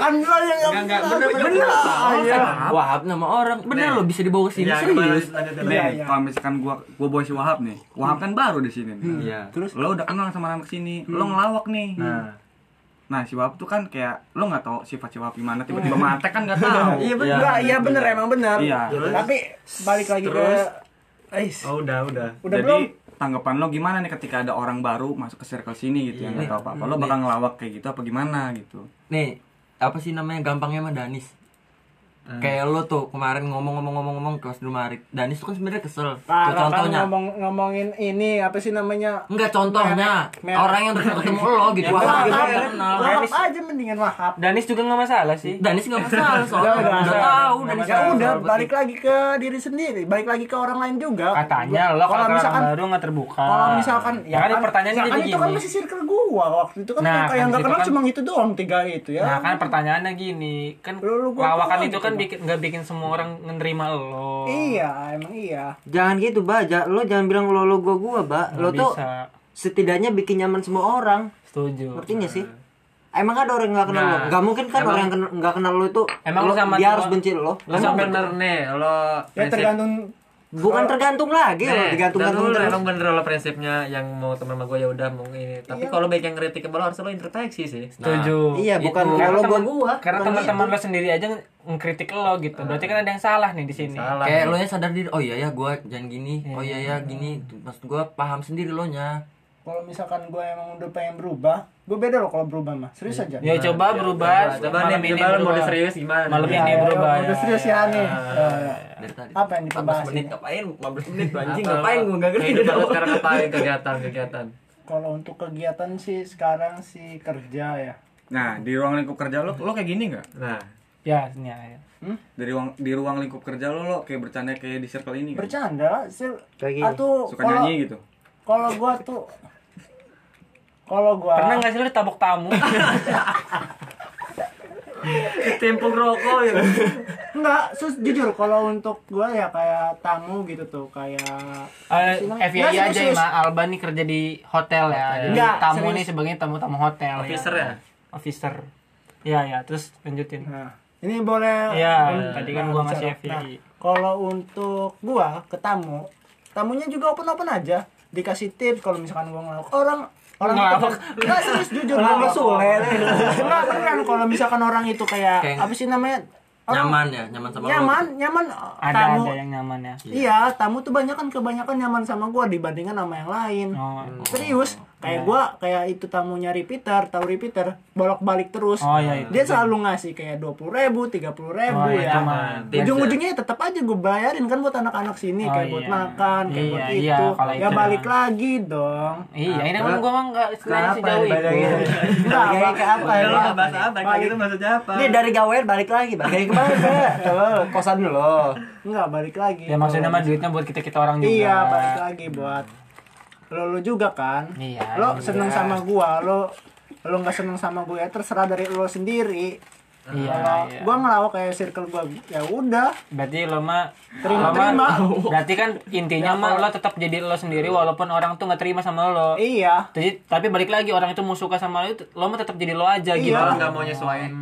Speaker 1: kan lo yang
Speaker 4: Enggak, bener bener.
Speaker 1: Ah, iya.
Speaker 2: Wahab nama orang bener lo bisa dibawa ke sini
Speaker 4: Iya, gimana
Speaker 2: serius
Speaker 4: lanjut
Speaker 5: Nih,
Speaker 1: Iya, iya.
Speaker 5: kalau misalkan gua gua bawa si Wahab nih Wahab kan baru di sini nih
Speaker 2: Iya.
Speaker 1: Hmm. Terus Hmm.
Speaker 5: lo udah kenal sama anak sini lo ngelawak nih nah si Wahab tuh kan kayak lo nggak tahu sifat si Wahab gimana tiba-tiba
Speaker 1: Hmm.
Speaker 5: mate kan nggak tahu
Speaker 1: Iya bener, Nggak, iya bener emang bener.
Speaker 5: Iya.
Speaker 1: Tapi balik lagi ke
Speaker 4: Terus?
Speaker 1: Ais.
Speaker 4: Oh, udah, udah.
Speaker 1: [LAUGHS] Udah
Speaker 5: Jadi
Speaker 1: belum?
Speaker 5: tanggapan lo gimana nih ketika ada orang baru masuk ke circle sini gitu
Speaker 1: Iya.
Speaker 5: yang nggak tahu apa-apa lo bakal ngelawak kayak gitu apa gimana gitu
Speaker 2: nih apa sih namanya gampangnya mah Danis kayak lo tuh kemarin ngomong-ngomong-ngomong-ngomong kelas dulu Marik Danis tuh kan sebenarnya kesel
Speaker 1: Ah,
Speaker 2: Tuh,
Speaker 1: kan
Speaker 2: contohnya
Speaker 1: ngomong ngomongin ini apa sih namanya?
Speaker 2: enggak contohnya
Speaker 1: Merek, merek.
Speaker 2: orang yang terus ketemu lo gitu wah
Speaker 1: Wahab,
Speaker 2: gitu
Speaker 1: Wahab,
Speaker 2: kenal
Speaker 1: Wahab aja mendingan Wahab.
Speaker 6: Danis juga nggak masalah sih
Speaker 2: Danis nggak masalah soalnya
Speaker 1: Udah, udah.
Speaker 2: udah tahu Danis
Speaker 1: Ya udah balik lagi ke diri sendiri, balik lagi ke orang lain juga.
Speaker 6: katanya lo
Speaker 1: kalau
Speaker 6: kalau
Speaker 1: misalkan
Speaker 6: baru nggak terbuka
Speaker 1: kalau misalkan
Speaker 6: ya kan pertanyaannya
Speaker 1: misalkan
Speaker 6: jadi
Speaker 1: itu kan
Speaker 6: gini
Speaker 1: masih circle gua waktu itu kan
Speaker 6: Nah,
Speaker 1: kayak yang
Speaker 6: kan
Speaker 1: nggak
Speaker 6: situ
Speaker 1: kenal
Speaker 6: kan-
Speaker 1: cuma itu doang tiga itu ya.
Speaker 6: Nah kan pertanyaannya gini, kan
Speaker 1: Lu- lu gua
Speaker 6: lawakan
Speaker 1: kenal
Speaker 6: itu
Speaker 1: gitu,
Speaker 6: kan
Speaker 1: Bang.
Speaker 6: bikin nggak bikin semua orang menerima lo.
Speaker 1: Iya, emang iya.
Speaker 3: jangan gitu ba Ja- lo jangan bilang lo lo gua gua ba
Speaker 6: Nggak
Speaker 3: lo tuh
Speaker 6: bisa.
Speaker 3: setidaknya bikin nyaman semua orang
Speaker 6: Setuju.
Speaker 3: ngerti nggak sih emang ada orang yang nggak kenal
Speaker 4: Nah,
Speaker 3: lo nggak mungkin kan orang yang kena- nggak kenal lo itu
Speaker 6: Emang
Speaker 3: lo,
Speaker 6: lu sama
Speaker 3: dia
Speaker 6: gua-
Speaker 3: harus benci lo
Speaker 4: Lo sampai bener nih, lo
Speaker 6: Nah,
Speaker 1: Ya tergantung
Speaker 6: Oh.
Speaker 3: bukan tergantung lagi lo
Speaker 4: Nih,
Speaker 3: digantung
Speaker 4: dan
Speaker 3: gantung
Speaker 4: lu
Speaker 3: terus
Speaker 4: emang bener lo prinsipnya yang mau teman sama gue ya udah mau ini. Tapi kalau baik yang kritik ke lo harus lo introspeksi sih.
Speaker 6: Setuju.
Speaker 3: iya
Speaker 2: Itu.
Speaker 3: bukan
Speaker 6: Karena
Speaker 3: lo gua
Speaker 6: teman-
Speaker 3: [LAUGHS] gua
Speaker 6: Karena
Speaker 1: Iya.
Speaker 6: teman-teman lo sendiri aja ng- ngekritik lo gitu. Berarti kan ada yang salah nih di sini.
Speaker 2: kayak
Speaker 4: Salah.
Speaker 6: Iya.
Speaker 2: iya ya, lo nya sadar diri oh iya ya gue jangan gini oh iya ya gini maksud gue paham sendiri lo nya
Speaker 1: kalau misalkan gue emang udah pengen berubah gue beda loh kalau berubah mah serius aja
Speaker 6: Ya coba berubah.
Speaker 4: Iya, coba nih
Speaker 6: malam ini
Speaker 4: coba mau
Speaker 6: berubah.
Speaker 4: serius Iya, gimana
Speaker 6: Malam
Speaker 1: Ya,
Speaker 6: ini
Speaker 1: ya,
Speaker 6: berubah.
Speaker 1: udah
Speaker 6: ya.
Speaker 1: serius ya nih
Speaker 6: iya.
Speaker 1: Ya, ya.
Speaker 2: Dari tadi.
Speaker 1: apa yang dibahas
Speaker 2: 14 menit ngapain? 15 [LAUGHS] menit tuh anjing
Speaker 4: Atau
Speaker 2: ngapain gua enggak ngerti
Speaker 4: hidup
Speaker 2: dari
Speaker 4: lu
Speaker 2: awal.
Speaker 4: [LAUGHS] sekarang ngapain kegiatan kegiatan
Speaker 1: kalau untuk kegiatan sih sekarang sih kerja
Speaker 6: Iya.
Speaker 1: ya
Speaker 5: Nah, di ruang lingkup kerja lo, lo kayak gini nggak?
Speaker 4: nah
Speaker 6: Ya, ini ya.
Speaker 5: Dari ruang di ruang lingkup kerja lo, lo kayak bercanda kayak di circle ini kan?
Speaker 1: bercanda sih
Speaker 3: Kayak gini.
Speaker 1: atau
Speaker 5: Suka nyanyi gitu.
Speaker 1: kalau gue tuh kalau gue
Speaker 6: Pernah nggak sih lu
Speaker 1: [LAUGHS]
Speaker 6: ditabok tamu?
Speaker 4: tempung rokok ya
Speaker 1: Enggak, sus jujur kalau untuk gua ya kayak tamu gitu tuh, kayak
Speaker 6: Eh,
Speaker 1: Senang.
Speaker 6: FYI
Speaker 1: Nggak,
Speaker 6: aja
Speaker 1: serius.
Speaker 6: Ma, Alba nih kerja di hotel ya. Jadi
Speaker 1: Nggak,
Speaker 6: tamu
Speaker 1: serius.
Speaker 6: nih sebagai tamu-tamu hotel
Speaker 4: Iya, Officer ya?
Speaker 6: Officer. Iya, ya, terus lanjutin.
Speaker 1: nah, ini boleh
Speaker 6: Iya,
Speaker 1: Hmm,
Speaker 6: tadi kan
Speaker 1: nah,
Speaker 6: gua
Speaker 1: bicara.
Speaker 6: ngasih
Speaker 1: Nah,
Speaker 6: FYI.
Speaker 1: kalau untuk gua ke tamu, tamunya juga open-open aja, dikasih tips kalau misalkan gua ngelawak orang orang
Speaker 6: Ngelawak.
Speaker 1: Enggak, serius jujur gua
Speaker 3: sule.
Speaker 1: Enggak, beneran kalau misalkan orang itu kayak
Speaker 2: Kayak-
Speaker 1: apa sih namanya? Orang-
Speaker 2: Nyaman ya, nyaman sama
Speaker 1: nyaman,
Speaker 2: lu.
Speaker 1: nyaman
Speaker 6: Ada
Speaker 1: tamu.
Speaker 6: ada yang nyaman ya.
Speaker 1: Iya, tamu tuh banyak kan kebanyakan nyaman sama gua dibandingkan sama yang lain.
Speaker 6: Oh.
Speaker 4: Iya,
Speaker 6: Iya.
Speaker 1: Serius, kayak gua kayak itu tamunya repeater, tahu repeater, bolak-balik terus.
Speaker 6: Oh, iya, itu.
Speaker 1: Dia selalu ngasih kayak 20 ribu, 30 ribu
Speaker 6: Oh,
Speaker 1: ya.
Speaker 6: iya, teman.
Speaker 2: Tips ya.
Speaker 1: Ujung-ujungnya tetap aja gue bayarin kan buat anak-anak sini
Speaker 6: Oh,
Speaker 1: kayak buat
Speaker 6: iya.
Speaker 1: makan, kayak
Speaker 6: Iya,
Speaker 1: buat
Speaker 6: iya,
Speaker 1: itu.
Speaker 6: kalau
Speaker 1: ya
Speaker 6: itu.
Speaker 1: balik lagi
Speaker 6: [LAUGHS]
Speaker 1: dong.
Speaker 6: Iya, ini kan gua mah enggak istilahnya sejauh itu.
Speaker 1: Enggak,
Speaker 6: iya.
Speaker 3: Balik lagi ke apa ya?
Speaker 4: lu nggak bahas apa kayak gitu maksudnya apa
Speaker 3: Ini dari gawean balik lagi, balik lagi
Speaker 2: [LAUGHS]
Speaker 3: kemana? Kalau kosan dulu.
Speaker 1: Enggak, balik lagi.
Speaker 6: Ya maksudnya mah duitnya buat kita-kita orang juga.
Speaker 1: Iya, balik lagi buat lo lo juga kan.
Speaker 6: Iya,
Speaker 1: Lo
Speaker 6: iya.
Speaker 1: seneng sama gua, lo lo nggak seneng sama gue ya terserah dari lo sendiri.
Speaker 6: Iya,
Speaker 1: Kalau
Speaker 6: iya.
Speaker 1: gua ngelawak kayak circle gua ya udah.
Speaker 6: Berarti lo mah
Speaker 1: Terima,
Speaker 6: lo mah-
Speaker 1: terima. Ya,
Speaker 6: Berarti kan intinya mah lo tetap jadi lo sendiri walaupun orang tuh nggak terima sama lo.
Speaker 1: Iya.
Speaker 6: Jadi tapi balik lagi orang itu mau suka sama lo, itu, lo mah tetap jadi lo aja gitu.
Speaker 1: Iya.
Speaker 4: lo nggak mau nyesuaiin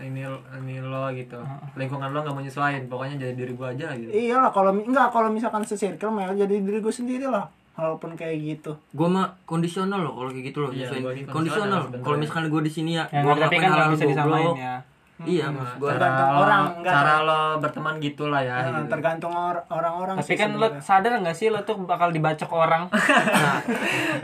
Speaker 4: ini ini lo gitu lingkungan lo nggak mau nyesuaiin pokoknya jadi diri gua aja gitu
Speaker 1: Iya lah kalau enggak kalau misalkan se-circle mah ya, jadi diri gue sendiri lah. Walaupun kayak gitu.
Speaker 2: Gua mah kondisional loh kalau kayak gitu loh.
Speaker 4: Iya,
Speaker 2: nyesuaiin.
Speaker 4: gua ini kondisional
Speaker 2: kondisional.
Speaker 4: sebenarnya.
Speaker 2: Kalau misalkan gua di sini ya,
Speaker 6: Ya,
Speaker 2: gua
Speaker 6: tapi kan nggak bisa disamain ya.
Speaker 2: Iya, maksud gua.
Speaker 4: cara
Speaker 1: Tergantung
Speaker 4: lo,
Speaker 1: orang, enggak.
Speaker 4: cara lo berteman gitulah ya
Speaker 1: Nah,
Speaker 4: gitu.
Speaker 1: tergantung or- orang-orang
Speaker 6: Iya. Tapi
Speaker 1: sih
Speaker 6: kan lo
Speaker 1: sebenarnya.
Speaker 6: sadar nggak sih lo tuh bakal dibacok
Speaker 1: [LAUGHS]
Speaker 6: orang.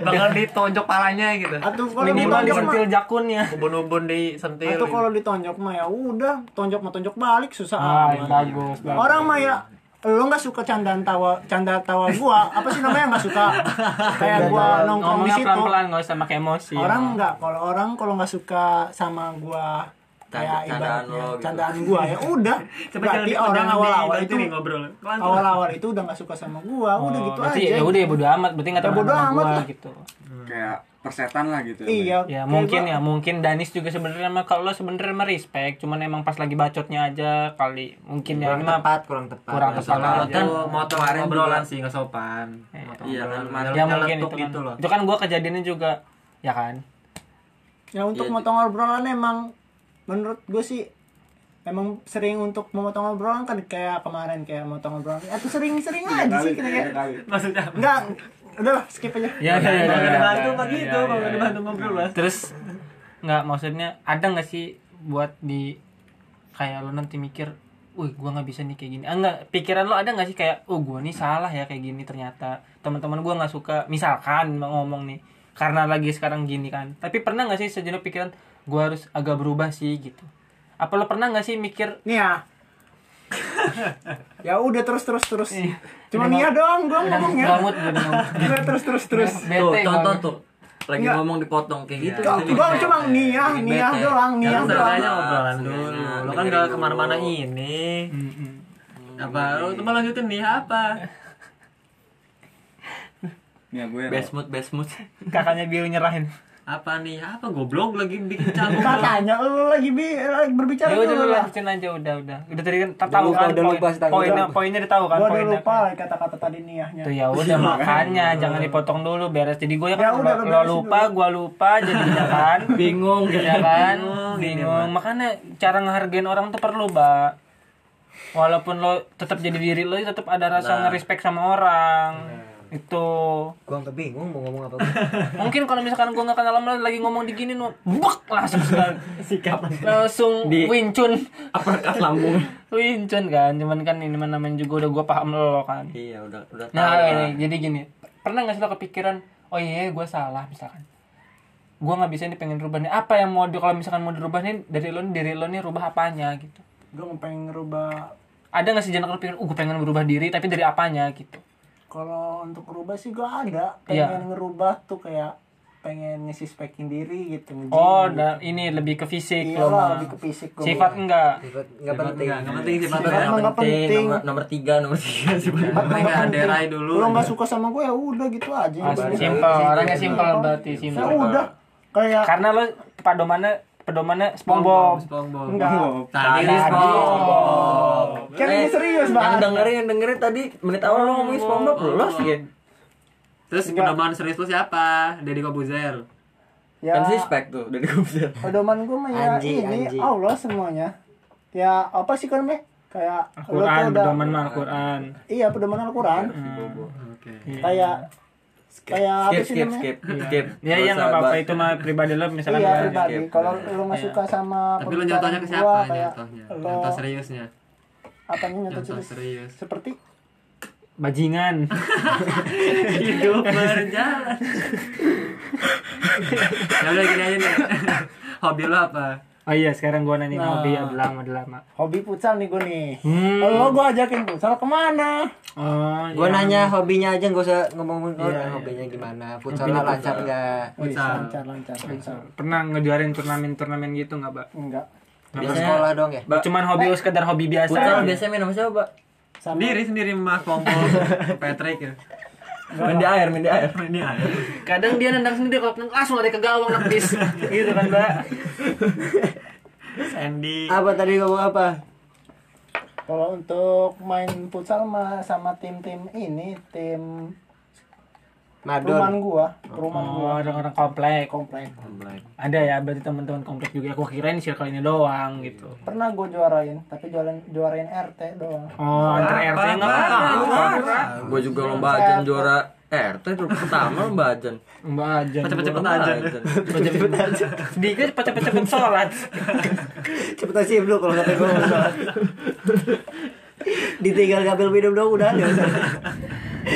Speaker 4: bakal ditonjok palanya gitu
Speaker 1: atau kalau
Speaker 6: Minimal
Speaker 1: ditonjok mah
Speaker 6: disentil jakunnya.
Speaker 4: ubun-ubun disentil
Speaker 1: atau kalau ditonjok mah ya udah tonjok mah tonjok balik susah
Speaker 6: Ah,
Speaker 1: amat.
Speaker 6: bagus, bagus.
Speaker 1: orang mah ya lo nggak suka candaan tawa canda tawa gua apa sih namanya nggak
Speaker 6: [LAUGHS]
Speaker 1: suka kayak gua nongkrong di
Speaker 6: Ngomongnya
Speaker 1: situ
Speaker 6: pelan-pelan nggak usah pakai emosi.
Speaker 1: orang nggak kalau orang kalau nggak suka sama gua kayak
Speaker 2: Canda- candaan
Speaker 1: ibaratnya
Speaker 2: lo gitu.
Speaker 1: candaan gua ya udah
Speaker 4: Coba
Speaker 1: berarti
Speaker 4: jangan-
Speaker 1: orang
Speaker 4: jangan
Speaker 1: awal-awal
Speaker 4: di-
Speaker 1: itu
Speaker 4: nih, ngobrol pelan-pelan
Speaker 1: awal-awal itu udah nggak suka sama gua
Speaker 6: Oh,
Speaker 1: udah gitu
Speaker 6: berarti
Speaker 1: aja
Speaker 6: ya udah ya bodo amat berarti nggak
Speaker 1: Ya
Speaker 6: teman
Speaker 1: bodo
Speaker 6: sama
Speaker 1: amat
Speaker 6: gua
Speaker 1: lah.
Speaker 6: gitu
Speaker 5: Kayak persetan lah gitu.
Speaker 1: iya
Speaker 6: ya
Speaker 1: kayak
Speaker 6: mungkin
Speaker 1: gua-
Speaker 6: ya mungkin Danis juga sebenarnya mah kalau lo sebenarnya mah respect cuman emang pas lagi bacotnya aja kali mungkin ya ini mah
Speaker 3: Tepat, kurang tepat. kan
Speaker 6: kurang tepat
Speaker 4: Kalau
Speaker 6: aja.
Speaker 4: tuh motor obrolan sih nggak sopan. Motor
Speaker 2: Iya,
Speaker 4: obrolan,
Speaker 2: kan,
Speaker 6: ya
Speaker 4: nyeletuk
Speaker 6: mungkin itu kan
Speaker 4: gitu loh.
Speaker 6: itu kan gue kejadiannya juga ya kan
Speaker 1: Ya untuk motong obrolan emang menurut gue sih emang sering untuk memotong obrolan kan kayak kemarin kayak motong obrolan atau sering-sering aja sih kita kayak
Speaker 4: Maksudnya
Speaker 1: enggak udah lah, skip aja
Speaker 6: ya ya ya,
Speaker 4: kalau
Speaker 6: ya, ya,
Speaker 4: dibantu
Speaker 6: ya,
Speaker 4: begitu,
Speaker 6: ya,
Speaker 4: kalau
Speaker 6: ya, ya.
Speaker 4: dibantu ngobrol lah.
Speaker 6: terus nggak maksudnya ada nggak sih buat di kayak lo nanti mikir Wih, gua nggak bisa nih kayak gini. Ah, nggak, pikiran lo ada nggak sih kayak, oh gua nih salah ya kayak gini ternyata. Teman-teman gua nggak suka. Misalkan mau ngomong nih, karena lagi sekarang gini kan. Tapi pernah nggak sih sejenak pikiran, gua harus agak berubah sih gitu. Apa lo pernah nggak sih mikir,
Speaker 1: nih
Speaker 6: [LAUGHS]
Speaker 1: ya ya udah terus terus terus
Speaker 6: Iya.
Speaker 1: cuma Nia doang gue ngomongnya
Speaker 6: Gamut gue ngomong.
Speaker 1: Gue terus terus terus
Speaker 2: Tuh,
Speaker 6: Bete
Speaker 2: contoh
Speaker 6: gua.
Speaker 2: tuh. Lagi
Speaker 1: Nggak.
Speaker 2: ngomong dipotong kayak gitu.
Speaker 1: Nggak, gua cuma Nia,
Speaker 2: Bikin
Speaker 1: Nia
Speaker 2: bete.
Speaker 1: doang, Nia
Speaker 2: Jangan
Speaker 1: doang.
Speaker 2: seenggaknya
Speaker 4: obrolan Iya, dulu.
Speaker 2: seenggaknya
Speaker 4: Lo kan
Speaker 2: dengerin
Speaker 4: nggak
Speaker 2: dulu.
Speaker 4: kemana-mana ini.
Speaker 6: Mm-mm.
Speaker 4: Apa? Lo cuma lanjutin nih apa?
Speaker 5: Nih ya, gue.
Speaker 2: Best mood, best mood.
Speaker 6: Kakaknya Bill nyerahin.
Speaker 4: Apa nih? Apa goblok lagi bikin canggung.
Speaker 1: katanya lu lagi, bi- lagi berbicara
Speaker 6: Ya udah lu
Speaker 1: dulu lah
Speaker 6: lanjutin aja udah udah. Udah tadi kan tahu
Speaker 3: lupa,
Speaker 6: kan
Speaker 3: udah
Speaker 6: poin-
Speaker 3: lupa, setanggung
Speaker 6: poinnya
Speaker 3: jawab.
Speaker 6: poinnya ditahu kan
Speaker 1: gue udah
Speaker 6: poinnya.
Speaker 1: lupa lagi kata-kata tadi Niahnya
Speaker 6: Tuh ya
Speaker 3: [LAUGHS]
Speaker 6: udah makanya jangan dipotong dulu beres. Jadi gue
Speaker 1: Ya
Speaker 6: kan
Speaker 1: udah,
Speaker 6: lo,
Speaker 1: lu
Speaker 6: lo
Speaker 1: beresin
Speaker 6: lupa, gua lupa
Speaker 3: [LAUGHS]
Speaker 6: jadinya kan.
Speaker 2: Bingung
Speaker 6: ya kan?
Speaker 4: gini,
Speaker 6: Bingung. Makanya cara ngehargain orang tuh perlu, Mbak. Walaupun lo tetap jadi diri lo, tetap ada rasa ngerespek sama orang. Itu
Speaker 3: Gua sampe bingung mau ngomong apa.
Speaker 6: [LAUGHS] mungkin kalau misalkan gua nggak kenal sama lo, lagi ngomong di gini, buk
Speaker 3: [LAUGHS]
Speaker 6: langsung sedang- langsung wincun
Speaker 2: Apakah lambung?
Speaker 6: Wincun kan, cuman kan ini mah namanya juga udah gua paham lo kan.
Speaker 2: Iya, udah udah
Speaker 6: Nah,
Speaker 2: tahu.
Speaker 6: ini, jadi gini, pernah nggak sih lo kepikiran, oh iya gue salah misalkan gue nggak bisa nih pengen rubah nih apa yang mau di kalau misalkan mau dirubah nih dari lo nih, diri lo nih rubah apanya gitu
Speaker 1: gue mau pengen ngerubah
Speaker 6: ada nggak sih jangan pikir uh gue pengen berubah diri tapi dari apanya gitu
Speaker 1: kalau untuk ngerubah sih gue ada
Speaker 6: Iya.
Speaker 1: pengen ngerubah tuh kayak pengen ngisi speking diri gitu nge-gym
Speaker 6: oh
Speaker 1: gitu.
Speaker 6: dan ini lebih ke fisik
Speaker 1: Iya lah,
Speaker 6: lo mah
Speaker 1: lebih ke fisik gua.
Speaker 6: sifat enggak
Speaker 3: Sifat nggak penting
Speaker 4: Enggak, enggak penting sifat
Speaker 1: Sifat
Speaker 4: lo.
Speaker 1: emang nggak penting.
Speaker 2: nomor, nomor tiga nomor tiga sih Pak.
Speaker 1: Emang
Speaker 4: Mereka
Speaker 1: nggak penting.
Speaker 4: derai dulu.
Speaker 1: lo nggak suka sama gue ya udah gitu aja
Speaker 6: Ah,
Speaker 1: Balik lagi.
Speaker 6: simple orangnya simple berarti
Speaker 1: ya
Speaker 6: simple
Speaker 1: udah kayak
Speaker 6: karena lo pedomannya pedomannya SpongeBob
Speaker 4: SpongeBob.
Speaker 1: Enggak.
Speaker 4: Tadi ini SpongeBob.
Speaker 1: kan ini
Speaker 2: Eh,
Speaker 1: serius
Speaker 2: yang
Speaker 1: banget
Speaker 2: dengerin yang dengerin tadi menit awal lo ngomongin SpongeBob lo lost ya
Speaker 4: Terus pedoman serius lu siapa? Deddy Kobuzer.
Speaker 1: ya
Speaker 2: kan sih spek tuh dari komputer
Speaker 1: pedoman gue mah ya
Speaker 3: Anjing,
Speaker 1: ini
Speaker 3: anjing.
Speaker 1: Allah semuanya ya apa sih kan meh kayak lo
Speaker 6: Al-Quran
Speaker 1: tuh udah
Speaker 6: pedoman mah Al-Quran
Speaker 1: iya pedoman Al-Quran
Speaker 4: Oke.
Speaker 1: Iya. kayak kayak apa sih
Speaker 2: skip skip
Speaker 1: namanya
Speaker 2: skip skip
Speaker 6: ya iya nggak apa-apa itu mah pribadi lo misalkan
Speaker 1: iya
Speaker 6: gua-
Speaker 1: pribadi
Speaker 2: skip. Iya.
Speaker 1: kalau lu nggak suka sama
Speaker 4: Tapi lu nyontohnya ke
Speaker 1: pembicaraan gua,
Speaker 4: siapa?
Speaker 1: kayak
Speaker 4: Nyontohnya.
Speaker 1: lo-
Speaker 4: Nyontoh seriusnya.
Speaker 1: apa nih nyontoh
Speaker 4: Nyontoh
Speaker 1: serius?
Speaker 4: serius.
Speaker 1: seperti
Speaker 6: [LAUGHS] bajingan
Speaker 4: Hidup berjalan. ya udah gini aja nih. [LAUGHS] Hobi lu apa?
Speaker 6: oh iya sekarang gua nanya
Speaker 1: Nah.
Speaker 6: hobi ya lama udah lama
Speaker 1: hobi futsal nih gue nih
Speaker 6: Hmm.
Speaker 1: lo gue ajakin futsal kemana
Speaker 6: oh
Speaker 3: Gue
Speaker 6: iya.
Speaker 3: nanya hobinya aja gak usah ngomongin
Speaker 2: Eh,
Speaker 3: orang hobinya gimana. Futsal lah lancar nggak?
Speaker 1: Wih,
Speaker 4: Futsal.
Speaker 1: lancar lancar futsal
Speaker 6: pernah ngejuarin turnamen-turnamen gitu nggak pak?
Speaker 1: enggak
Speaker 3: Di sekolah dong ya.
Speaker 2: Mbak.
Speaker 6: Cuman hobi sekedar hobi biasa.
Speaker 2: Putar biasanya main sama siapa, Pak?
Speaker 1: sama
Speaker 4: Sendiri sendiri Mas Pompol Patrick ya.
Speaker 2: Main di air, main di air.
Speaker 4: Ini ada.
Speaker 6: Kadang dia nendang sendiri kalau nendang langsung lari ke gawang nepis. [LAUGHS] gitu kan, Mbak.
Speaker 4: Sandy.
Speaker 3: Apa tadi ngomong apa?
Speaker 1: kalau untuk main futsal mah sama tim-tim ini tim perumahan
Speaker 3: Madon.
Speaker 1: gua perumahan
Speaker 6: Oh,
Speaker 1: gua
Speaker 6: orang-orang komplek. Oh,
Speaker 1: komplek
Speaker 6: Ada ya berarti teman-teman komplek juga. Aku kirain circle ini doang gitu.
Speaker 1: pernah gua juarain tapi jualan juarain RT doang
Speaker 6: Oh, antar RT
Speaker 4: Apa?
Speaker 6: enggak apa-apa.
Speaker 2: Gue juga lomba ajan juara Eh, RT itu pertama lomba ajan.
Speaker 6: Mbak aja.
Speaker 4: Cepet-cepet
Speaker 2: Lomba
Speaker 4: aja.
Speaker 2: ajan.
Speaker 6: Cepet-cepet aja. Sedikit cepet-cepet sholat.
Speaker 3: Cepetan sih lu kalau kata gue
Speaker 6: [LAUGHS]
Speaker 3: Ditinggal ngambil minum dong udah nggak usah.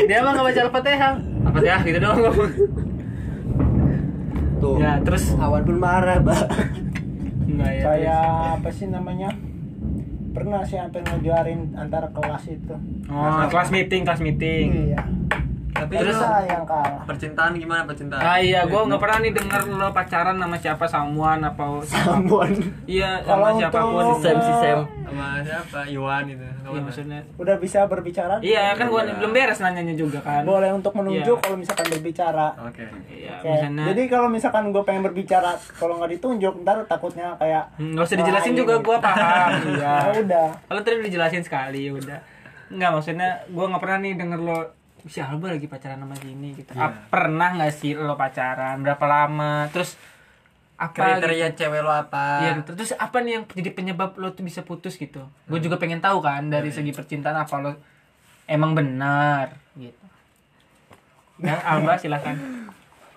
Speaker 6: Dia mah enggak baca Al-Fatihah. Al-Fatihah gitu doang.
Speaker 3: Tuh.
Speaker 6: Ya, terus
Speaker 3: Awan pun marah, Mbak.
Speaker 6: enggak ya. terus.
Speaker 1: kayak apa sih namanya pernah sih hampir ngejuarin antara kelas itu
Speaker 6: Oh, kelas meeting, kelas meeting.
Speaker 1: iya
Speaker 4: Tapi
Speaker 1: terus
Speaker 4: terus
Speaker 1: yang kalah
Speaker 4: percintaan gimana percintaan?
Speaker 6: Ah iya, gue nggak pernah nih denger lo pacaran sama siapa samuan apa
Speaker 3: Ampun.
Speaker 6: iya
Speaker 1: Kalau
Speaker 6: sama siapapun.
Speaker 1: untuk-
Speaker 2: Si Sam, si Sam.
Speaker 4: Sama siapa? Iwan itu.
Speaker 6: Iya maksudnya.
Speaker 1: udah bisa berbicara
Speaker 6: Iya kan gue belum beres nanyanya juga kan.
Speaker 1: boleh untuk menunjuk
Speaker 6: Iya.
Speaker 1: kalau misalkan berbicara
Speaker 4: Oke.
Speaker 6: Iya,
Speaker 1: Oke.
Speaker 6: misalnya.
Speaker 1: Jadi kalau misalkan gue pengen berbicara, kalau nggak ditunjuk, ntar takutnya kayak
Speaker 6: Hmm, nggak usah dijelasin juga gue paham. iya.
Speaker 1: [LAUGHS] ya udah.
Speaker 6: Kalau tadi udah dijelasin sekali udah. Nggak maksudnya gue nggak pernah nih denger lo si Alba lagi pacaran sama gini gitu.
Speaker 2: Iya.
Speaker 6: Ah, pernah nggak sih lo pacaran? Berapa lama? Terus apa
Speaker 4: Kriteria cewek lo
Speaker 6: Iya,
Speaker 4: apa?
Speaker 6: gitu. terus apa nih yang jadi penyebab lo tuh bisa putus gitu? Gue
Speaker 2: Hmm.
Speaker 6: juga pengen tahu kan dari
Speaker 2: Iya,
Speaker 6: segi percintaan apa lo emang benar gitu. Ya, Alba silakan.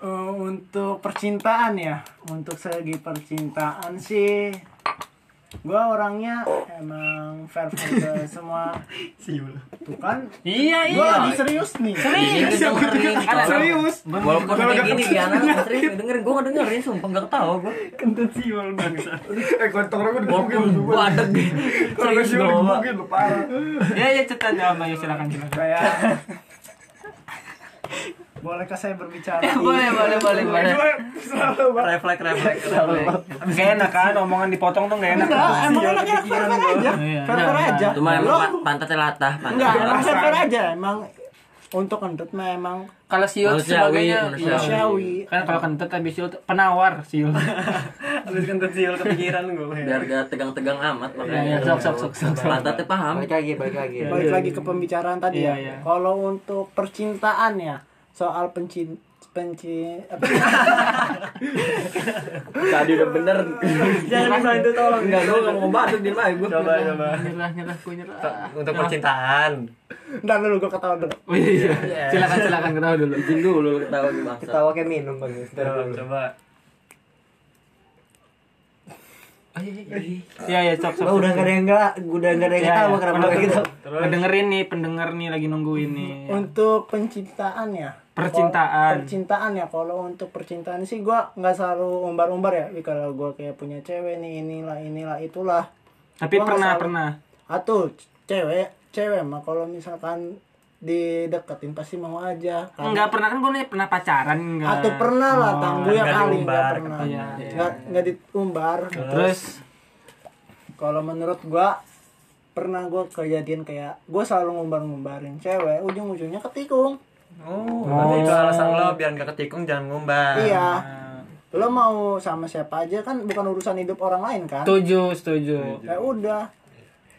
Speaker 1: Eh, untuk percintaan ya, untuk segi percintaan sih, gue orangnya emang fair ke semua. Tuh kan,
Speaker 6: Iya,
Speaker 1: gue
Speaker 6: iya.
Speaker 1: lagi serius nih.
Speaker 6: Serius. Ada-
Speaker 1: Serius.
Speaker 2: Walaupun kayak gini ya, anak serius dengerin gue nggak dengerin, sumpah nggak ketawa gue.
Speaker 1: Kentut siul bangsa. [LAUGHS] Eh kontong rambut
Speaker 2: Walaupun gue ada serius doang.
Speaker 1: lu parah.
Speaker 6: Ya, ya cetan Alba ya silakan silakan.
Speaker 1: Kayak Bolehkah saya berbicara?
Speaker 2: Boleh, boleh, boleh, boleh.
Speaker 1: Selalu banget.
Speaker 4: Reflek reflek.
Speaker 6: Gak enak kan omongan dipotong tuh gak enak.
Speaker 1: Nah, emang enak-enak fair-fair aja.
Speaker 6: Iya.
Speaker 1: Fair-fair aja.
Speaker 2: Cuma emang
Speaker 1: Lo-
Speaker 2: pa- pantatnya latah,
Speaker 1: Enggak,
Speaker 2: pantatnya
Speaker 1: emang
Speaker 2: latah.
Speaker 1: Nah, fair-fair aja. Emang untuk kentut memang
Speaker 6: Kalau siul
Speaker 2: Manusiawi,
Speaker 6: sebagainya
Speaker 2: manusiawi.
Speaker 1: manusiawi.
Speaker 6: kan kalau kentut habis siul tuh penawar siul.
Speaker 4: Habis kentut siul kepikiran gue.
Speaker 2: Biar gak tegang-tegang amat
Speaker 6: Ya,
Speaker 2: makanya.
Speaker 6: ya, sok sok sok sok. sok.
Speaker 2: Pantatnya paham.
Speaker 3: Balik lagi, balik lagi.
Speaker 1: Balik lagi ke pembicaraan tadi
Speaker 6: Iya,
Speaker 1: ya.
Speaker 6: iya.
Speaker 1: Kalau untuk percintaan ya, soal pencin penci apa
Speaker 2: Tadi udah bener. Jangan bilang itu tolong. Enggak, gue nggak mau batuk di mana gue.
Speaker 4: Coba coba.
Speaker 6: [LAUGHS] Nyerah nyerah gue nyerah.
Speaker 4: Untuk percintaan.
Speaker 1: [LAUGHS] Ntar dulu gue ketawa dulu.
Speaker 6: Oh iya, iya. Silakan silakan ketawa dulu.
Speaker 2: Izin dulu lu ketawa di bangsa.
Speaker 3: Ketawa kayak minum bang. Ntar dulu.
Speaker 4: Coba.
Speaker 6: Iya ya sok sok.
Speaker 3: Bang,
Speaker 6: sok,
Speaker 3: udah
Speaker 6: sok.
Speaker 3: gak ada yang gelak, udah gak ada yang
Speaker 6: Ya,
Speaker 3: ketawa
Speaker 6: ya.
Speaker 3: kenapa
Speaker 6: Udah,
Speaker 3: gitu?
Speaker 6: Pendengerin nih, pendengar nih lagi nungguin nih.
Speaker 1: Untuk pencintaan ya,
Speaker 6: Percintaan.
Speaker 1: percintaan ya kalau untuk percintaan sih gua nggak selalu umbar-umbar ya Ih, kalau gua kayak punya cewek nih inilah inilah itulah
Speaker 6: Tapi
Speaker 1: Gua nggak
Speaker 6: pernah
Speaker 1: salah.
Speaker 6: pernah.
Speaker 1: atau cewek cewek mah kalau misalkan dideketin pasti mau aja Karena-
Speaker 6: Enggak pernah kan gue nanya pernah pacaran enggak.
Speaker 1: atau pernah lah tangguh ya
Speaker 4: nggak
Speaker 1: kali nggak
Speaker 4: diumbar,
Speaker 1: pernah
Speaker 6: katanya.
Speaker 1: nggak nggak diumbar
Speaker 6: Terus
Speaker 1: kalau menurut gua pernah gua kejadian kayak gua selalu ngumbar-ngumbarin cewek ujung-ujungnya ketikung
Speaker 4: Oh, berarti itu alasan lo biar nggak ketikung jangan ngumbar.
Speaker 1: iya lo mau sama siapa aja kan bukan urusan hidup orang lain kan
Speaker 6: setuju, setuju.
Speaker 1: ya udah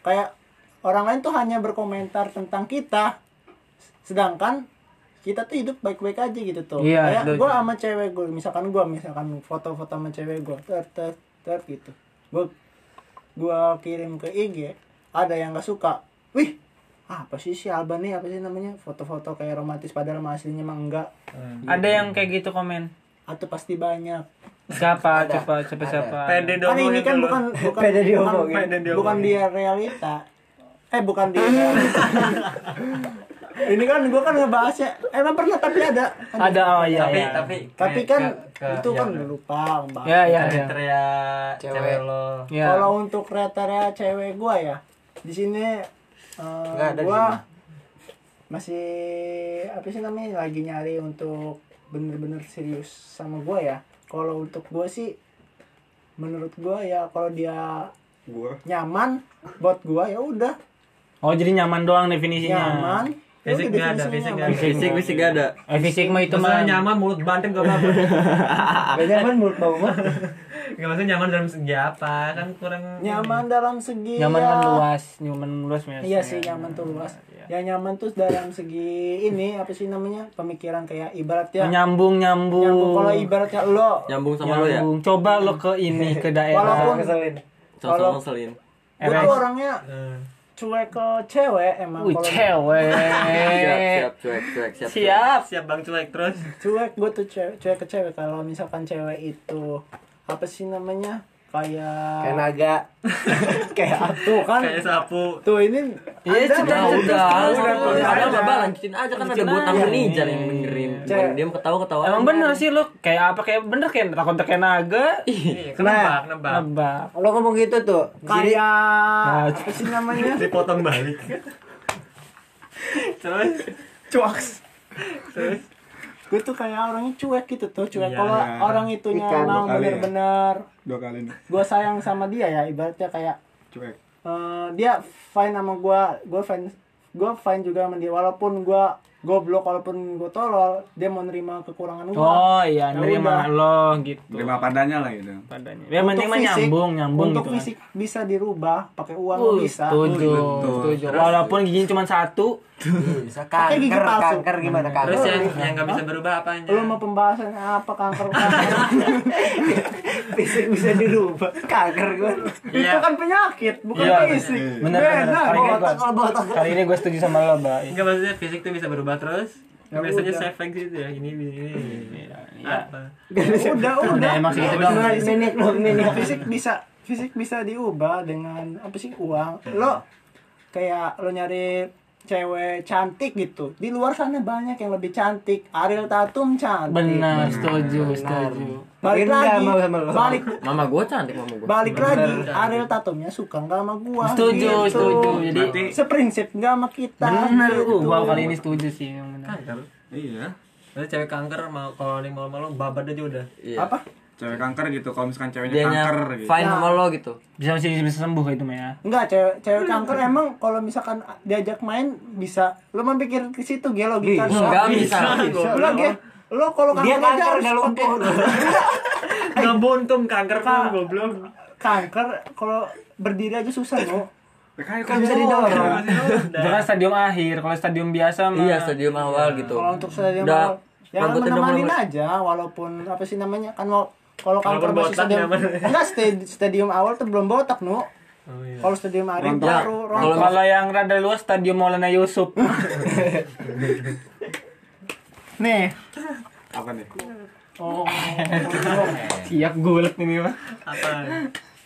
Speaker 1: kayak orang lain tuh hanya berkomentar tentang kita sedangkan kita tuh hidup baik-baik aja gitu tuh
Speaker 6: Iya,
Speaker 1: kayak
Speaker 6: setuju.
Speaker 1: gue sama cewek gue misalkan gue misalkan foto-foto sama cewek gue ter ter ter gitu gue gua kirim ke IG ada yang gak suka wih apa sih si Alban nih apa sih namanya foto-foto kayak romantis padahal sama aslinya mah enggak
Speaker 6: Ada yang kayak gitu komen.
Speaker 1: atau pasti banyak
Speaker 6: Siapa coba siapa siapa?
Speaker 4: Pede dong.
Speaker 1: kan ini
Speaker 4: ngomongin
Speaker 1: kan
Speaker 4: dulu.
Speaker 1: bukan bukan
Speaker 3: Pede
Speaker 1: bukan,
Speaker 3: diomongin.
Speaker 1: bukan dia realita eh bukan dia [LAUGHS] realita. ini kan gua kan ngebahasnya emang pernah tapi ada
Speaker 6: Ada oh iya.
Speaker 4: Tapi
Speaker 6: iya.
Speaker 4: tapi
Speaker 1: tapi
Speaker 4: ke-
Speaker 1: kan
Speaker 4: ke- ke-
Speaker 1: itu
Speaker 4: iya,
Speaker 1: kan
Speaker 4: bener.
Speaker 1: lupa Mbak.
Speaker 6: Ya ya ya.
Speaker 4: kriteria cewek,
Speaker 3: Cewek.
Speaker 4: lo.
Speaker 6: Ya.
Speaker 1: kalau untuk kriteria cewek gua ya di sini eh,
Speaker 3: Nggak ada di
Speaker 1: gua masih apa sih namanya lagi nyari untuk bener-bener serius sama gua ya kalau untuk gua sih menurut gua ya kalau dia nyaman buat gua ya udah
Speaker 6: Oh jadi nyaman doang definisinya.
Speaker 1: nyaman Ya udah,
Speaker 4: Fisik nggak ada,
Speaker 1: definisinya
Speaker 4: fisik nggak
Speaker 1: nyaman.
Speaker 4: ada.
Speaker 2: fisik fisik gak ada
Speaker 6: Eh fisik mah itu
Speaker 4: Masalah
Speaker 6: mah.
Speaker 4: nyaman mulut banteng gak apa-apa. [LAUGHS]
Speaker 3: Gak nyaman mulut bau mah.
Speaker 4: Gak maksudnya nyaman dalam segi apa kan kurang.
Speaker 1: nyaman dalam segi
Speaker 6: Nyaman
Speaker 1: ya,
Speaker 6: meluas, nyaman meluas maksudnya.
Speaker 1: iya sih nyaman tuh luas ya nyaman tuh dalam segi ini apa sih namanya pemikiran kayak ibaratnya
Speaker 6: Menyambung nyambung.
Speaker 1: Iya. nyambung kalau ibaratnya lo
Speaker 2: nyambung sama lo ya
Speaker 6: Nyambung. Coba lo ke ini ke daerah.
Speaker 1: walaupun
Speaker 2: sama-sama
Speaker 1: Kalau-
Speaker 2: ngeselin
Speaker 1: gue tuh orangnya cuek ke cewek emang
Speaker 6: Iya,
Speaker 1: kalau
Speaker 6: Wih, cewek.
Speaker 2: siap siap cuek cuek siap cuek.
Speaker 6: Eh, Siap.
Speaker 4: Siap bang cuek terus.
Speaker 1: cuek gue tuh cewek, cuek ke cewek kalau misalkan cewek itu apa sih namanya
Speaker 3: Kayak
Speaker 1: kayak
Speaker 3: naga.
Speaker 1: [LAUGHS] kayak tuh kan
Speaker 4: Kayak sapu.
Speaker 1: tuh ini
Speaker 6: Iya,
Speaker 1: Anda-
Speaker 6: sudah,
Speaker 2: Ya udah,
Speaker 1: udah, udah,
Speaker 2: ada
Speaker 1: udah.
Speaker 2: apa lanjutin aja kan ada
Speaker 6: Lanjutin
Speaker 2: buat
Speaker 6: aja.
Speaker 2: tamu nih jangan yang dengerin. Cuman
Speaker 1: Cek.
Speaker 2: dia ketawa ketawa.
Speaker 6: Emang bener sih lo kayak apa kayak bener kayak kontak kayak naga.
Speaker 4: Iya, kenebak, nebak.
Speaker 6: Nebak.
Speaker 3: Lo ngomong gitu tuh. Jadi
Speaker 1: kayak
Speaker 6: Nah,
Speaker 1: apa sih namanya
Speaker 4: [LAUGHS] Dipotong balik. terus
Speaker 1: cuaks gue tuh kayak orangnya cuek gitu tuh cuek
Speaker 4: Iya.
Speaker 1: kalau orang itunya
Speaker 5: Ikan
Speaker 1: emang
Speaker 5: kali ya.
Speaker 1: bener-bener
Speaker 5: dua kali nih
Speaker 1: gue sayang sama dia ya ibaratnya kayak
Speaker 5: cuek
Speaker 1: eh, dia fine sama gue gue fine gue fine juga sama dia walaupun gue goblok walaupun gue tolol dia mau nerima kekurangan gue
Speaker 6: Oh iya,
Speaker 1: Ya
Speaker 6: nerima
Speaker 1: udah.
Speaker 6: lo gitu.
Speaker 5: terima padanya lah gitu
Speaker 6: Padanya. Ya, penting mah nyambung, nyambung
Speaker 1: untuk
Speaker 6: gitu. kan.
Speaker 1: fisik bisa dirubah pakai uang
Speaker 6: Uh,
Speaker 1: bisa
Speaker 6: setuju,
Speaker 5: Betul.
Speaker 6: setuju. Walaupun giginya cuma satu, Hmm.
Speaker 3: bisa
Speaker 1: Pakai gigi
Speaker 3: kanker,
Speaker 1: palsu.
Speaker 3: kanker gimana kanker?
Speaker 4: terus yang yang nggak bisa berubah apanya?
Speaker 1: lu mau pembahasan apa kanker
Speaker 3: Fisik bisa dirubah. Kanker gue.
Speaker 1: itu kan penyakit bukan
Speaker 6: Iya,
Speaker 1: fisik
Speaker 6: bener kan bener.
Speaker 1: Beda,
Speaker 6: Kali ini
Speaker 1: botak sama
Speaker 6: gua,
Speaker 1: botak.
Speaker 6: kali ini gue setuju sama lo, Mbak.
Speaker 4: Enggak maksudnya fisik tuh bisa berubah terus.
Speaker 1: Ya
Speaker 4: Biasanya
Speaker 1: udah.
Speaker 4: self fact gitu ya ini ini. ini. Nah, Apa?
Speaker 1: udah udah
Speaker 6: Udah emang segitu doang.
Speaker 1: Nenek lo, nenek. fisik bisa fisik bisa diubah dengan apa sih uang
Speaker 6: Hmm.
Speaker 1: lo kayak lo nyari cewek cantik gitu di luar sana banyak yang lebih cantik Ariel Tatum cantik
Speaker 6: Benar, setuju, setuju.
Speaker 1: balik
Speaker 3: Benar
Speaker 1: lagi
Speaker 3: sama- sama lo.
Speaker 1: balik
Speaker 2: Mama gue cantik mama gue.
Speaker 1: balik lagi Ariel Tatumnya suka nggak sama gua
Speaker 6: Setuju,
Speaker 1: gitu.
Speaker 6: setuju. Jadi
Speaker 5: Berarti-
Speaker 1: seprinsip nggak sama kita
Speaker 6: benar
Speaker 1: gitu.
Speaker 6: gua kali ini setuju sih yang benar.
Speaker 4: Kanker.
Speaker 5: iya
Speaker 4: Maksudnya cewek kanker mau kalau di malu-malu babat aja udah.
Speaker 2: Iya.
Speaker 1: apa
Speaker 5: cewek kanker gitu kalau misalkan
Speaker 2: Dia
Speaker 5: ceweknya kanker
Speaker 2: nyam-
Speaker 5: gitu
Speaker 2: fine sama lo gitu.
Speaker 6: Bisa masih bisa sembuh itu mah
Speaker 3: [LAUGHS] Nah.
Speaker 6: ya.
Speaker 1: Enggak, cewek, cewek
Speaker 4: Iya.
Speaker 1: kanker emang kalau misalkan diajak main bisa. Lu mah pikir ke situ ya logika. lu.
Speaker 2: Enggak bisa.
Speaker 1: Lu lagi lu kalau kanker
Speaker 3: Dia
Speaker 1: aja
Speaker 3: kanker
Speaker 1: harus
Speaker 3: gak lumpuh.
Speaker 1: [LAUGHS]
Speaker 4: Enggak buntung kanker pun
Speaker 1: Kak.
Speaker 4: goblok.
Speaker 1: kanker kalau berdiri aja susah Iya. lo.
Speaker 5: kan
Speaker 3: Kan bisa didorong.
Speaker 6: Itu kan stadium akhir, kalau stadium biasa mah
Speaker 2: Iya stadium awal gitu.
Speaker 1: Kalau untuk stadium
Speaker 2: Udah,
Speaker 1: awal, ya
Speaker 2: rambutnya udah
Speaker 1: menemanin
Speaker 2: mulai-
Speaker 1: aja walaupun apa sih namanya kan wa- kalau kanker
Speaker 4: Walaupun
Speaker 1: masih
Speaker 4: botak
Speaker 1: stadium
Speaker 4: nyaman.
Speaker 1: enggak sta- stadium awal tuh belum botak nu
Speaker 4: Oh iya.
Speaker 1: kalau stadium akhir
Speaker 5: Rontok.
Speaker 1: baru
Speaker 2: Ya, Kalau-
Speaker 1: rontok
Speaker 6: Kalau yang rada luas stadium Maulana
Speaker 3: [LAUGHS]
Speaker 6: Yusuf. Nih,
Speaker 5: apa nih
Speaker 1: oh
Speaker 6: siap gue nih mah.
Speaker 4: Apa?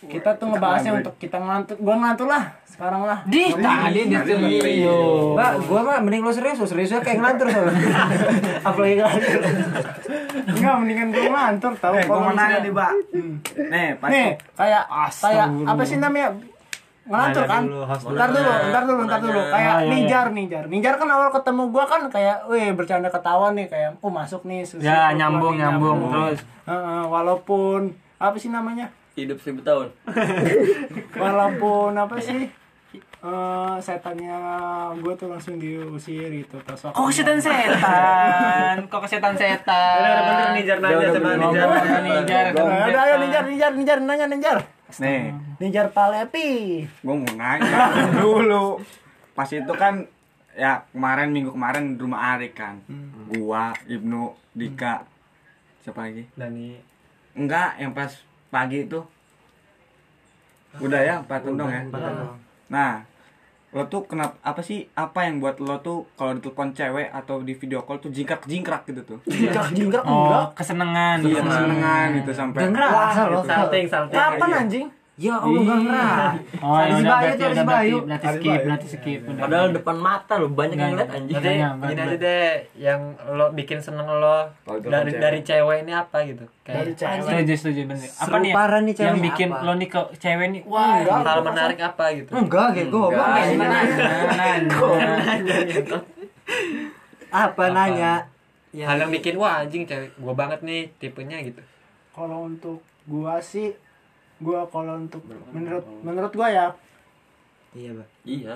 Speaker 1: Kita tuh ngebahasnya untuk kita ngantuk. Gua ngantuk lah sekarang lah.
Speaker 3: Di
Speaker 5: Oh, iya,
Speaker 3: tadi di Mbak, gua mah mending lu serius, lu
Speaker 1: ya,
Speaker 3: serius kayak ngelantur
Speaker 5: [LAUGHS]
Speaker 3: soalnya. Apalagi ngelantur.
Speaker 1: Enggak mendingan gua ngantuk tahu
Speaker 5: Eh, gua
Speaker 1: kalau
Speaker 5: mau nanya
Speaker 1: misalnya- Hmm.
Speaker 5: nih, Mbak. Nih, pas
Speaker 1: Nih, kayak kayak
Speaker 6: Astagfirullah.
Speaker 1: apa sih namanya? Ngelantur
Speaker 7: Nanya
Speaker 1: kan?
Speaker 7: dulu, host dulu.
Speaker 1: Ntar dulu, ntar dulu, ntar dulu.
Speaker 2: Nanya.
Speaker 1: Kayak
Speaker 6: Ah, iya,
Speaker 1: ninjar, ninjar. Ninjar kan awal ketemu gua kan kayak, weh bercanda ketawa nih kayak, oh masuk nih. susu,
Speaker 6: Ya,
Speaker 1: keluar
Speaker 6: nyambung,
Speaker 1: nih,
Speaker 6: nyambung, terus.
Speaker 1: Heeh, walaupun apa sih namanya?
Speaker 2: hidup seribu tahun
Speaker 1: walaupun apa sih eh setannya gue tuh langsung diusir gitu pas waktu
Speaker 6: Kok setan setan? Kok setan setan?
Speaker 3: Iya.
Speaker 7: Ada bener nih Jar nanya coba nih Jar.
Speaker 6: Ninjar.
Speaker 1: Eh, udah ayo ninjar ninjar ninjar nanya ninjar
Speaker 5: nih,
Speaker 1: ninjar palepi
Speaker 5: gua mau nanya dulu. Pas itu kan ya kemarin minggu kemarin di rumah Ari kan. Gua, Ibnu, Dika. Siapa lagi?
Speaker 7: Dani.
Speaker 5: Enggak, yang pas pagi itu. Udah ya, Pak Tundong ya. Nah, lo tuh kenapa apa sih apa yang buat lo tuh kalau ditelepon cewek atau di video call tuh jingkrak-jingkrak gitu tuh.
Speaker 1: jingkrak jingkrak enggak
Speaker 6: Oh, kesenangan.
Speaker 5: Iya, kesenangan gitu sampai. gitu.
Speaker 3: Gak ngerasa
Speaker 4: Oh,
Speaker 3: lo.
Speaker 7: Salting, salting.
Speaker 1: kapan
Speaker 4: Iya.
Speaker 2: Iya.
Speaker 1: anjing
Speaker 3: Ya Allah gak ngerasa.
Speaker 6: Oh, ya
Speaker 3: Habis
Speaker 6: udah
Speaker 3: Bayu
Speaker 6: berarti
Speaker 3: tuh, habis
Speaker 6: udah berarti
Speaker 3: Bayu.
Speaker 6: berarti skip, berarti skip.
Speaker 3: Iya.
Speaker 6: Udah.
Speaker 2: padahal depan mata lo banyak yang lihat anjing
Speaker 4: Jadi
Speaker 6: Nanya, Mbak.
Speaker 4: gini aja deh yang lo bikin seneng lo
Speaker 5: Kalau itu
Speaker 4: dari
Speaker 5: kan cewek.
Speaker 4: dari cewek ini apa gitu.
Speaker 1: dari
Speaker 4: Kayak
Speaker 1: cewek
Speaker 6: setuju setuju bener. Apa
Speaker 3: Seru
Speaker 6: nih?
Speaker 3: parah nih
Speaker 6: yang
Speaker 3: ceweknya,
Speaker 6: bikin
Speaker 3: apa?
Speaker 6: lo nih ke cewek nih? Wah,
Speaker 1: Enggak.
Speaker 4: hal menarik apa gitu.
Speaker 3: Enggak, kayak gue
Speaker 5: Enggak.
Speaker 3: ngomong
Speaker 5: Iya.
Speaker 3: [LAUGHS] Apa nanya? Ya,
Speaker 4: Hal yang bikin wah anjing cewek gua banget nih tipenya gitu.
Speaker 1: kalau untuk gua sih gua kalau untuk menurut menurut gua ya
Speaker 3: Iya, Pak.
Speaker 2: iya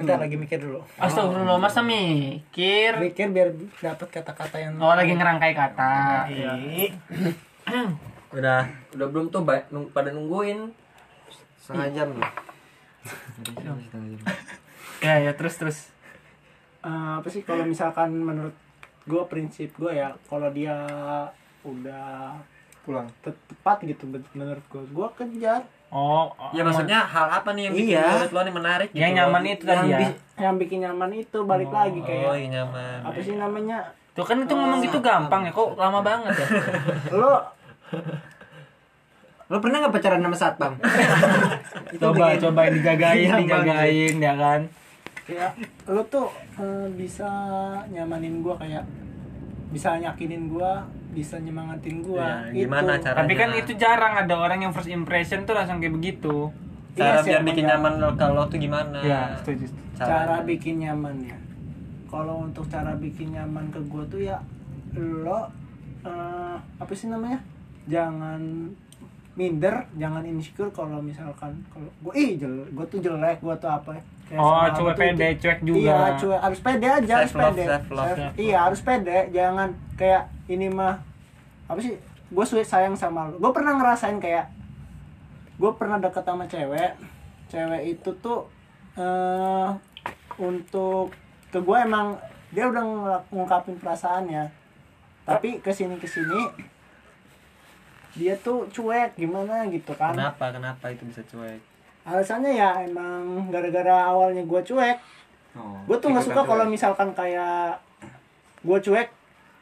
Speaker 1: bentar lagi mikir dulu
Speaker 6: astagfirullah masa mikir.
Speaker 1: mikir biar dapat kata-kata yang
Speaker 6: Oh, lagi ngerangkai kata.
Speaker 3: Iya.
Speaker 1: Ih,
Speaker 7: Udah.
Speaker 2: udah belum tuh ba- nung- pada nungguin
Speaker 4: Setengah jam loh.
Speaker 6: Ya ya terus terus.
Speaker 1: Eh, apa sih kalau misalkan menurut gue prinsip gue ya kalau dia udah
Speaker 5: Pulang.
Speaker 1: te- tepat gitu men- menurut gue gue kejar
Speaker 6: Oh, oh,
Speaker 4: Ya maksudnya hal apa nih yang bikin
Speaker 3: Iya.
Speaker 4: menurut lo nih menarik gitu.
Speaker 6: yang nyaman itu
Speaker 3: Yang
Speaker 6: tadi ya.
Speaker 3: bis-
Speaker 1: yang bikin nyaman itu balik lagi
Speaker 4: Oh,
Speaker 1: kayak
Speaker 4: yang nyaman.
Speaker 1: apa sih namanya
Speaker 6: Tuh kan itu ngomong gitu gampang ya, kok lama banget ya.
Speaker 1: lo
Speaker 4: [LAUGHS]
Speaker 3: Lo pernah gak pacaran sama satpam? Itu
Speaker 6: coba
Speaker 3: bikin-
Speaker 6: coba dijagain,
Speaker 3: Gampang
Speaker 6: dijagain ya kan.
Speaker 1: ya lo tuh eh, bisa nyamanin gue kayak bisa yakinin gue bisa nyemangatin gitu. Iya gue
Speaker 4: Ya, gimana caranya?
Speaker 6: Tapi kan itu jarang ada orang yang first impression tuh langsung kayak begitu.
Speaker 1: Iya sih, Iya,
Speaker 4: cara biar
Speaker 1: emang
Speaker 4: bikin
Speaker 1: ya.
Speaker 4: nyaman lo kalau tuh gimana?
Speaker 6: Ya, setuju. setuju.
Speaker 1: cara bikin nyaman ya kalau untuk cara bikin nyaman ke gue tuh ya lo eh, apa sih namanya jangan minder jangan insecure kalau misalkan kalau gue ih jel gue tuh jelek gue tuh apa ya. Kayak
Speaker 6: Oh,
Speaker 1: sama
Speaker 6: cuek
Speaker 1: apa tuh-
Speaker 6: pede, cuek juga.
Speaker 1: iya cuek harus pede aja harus
Speaker 4: Self love,
Speaker 1: pede
Speaker 4: self love.
Speaker 1: Self- iya harus pede jangan kayak ini mah apa sih gue sayang sama lo gue pernah ngerasain kayak gue pernah deket sama cewek cewek itu tuh eh untuk ke gue emang dia udah ngelak- ngungkapin perasaannya tapi kesini kesini dia tuh cuek gimana gitu kan
Speaker 4: Kenapa? Kenapa itu bisa cuek?
Speaker 1: alasannya ya emang gara-gara awalnya gue cuek
Speaker 5: Oh,
Speaker 1: gue tuh nggak
Speaker 5: ikutan
Speaker 1: suka
Speaker 5: cewek.
Speaker 1: kalau misalkan kayak gue cuek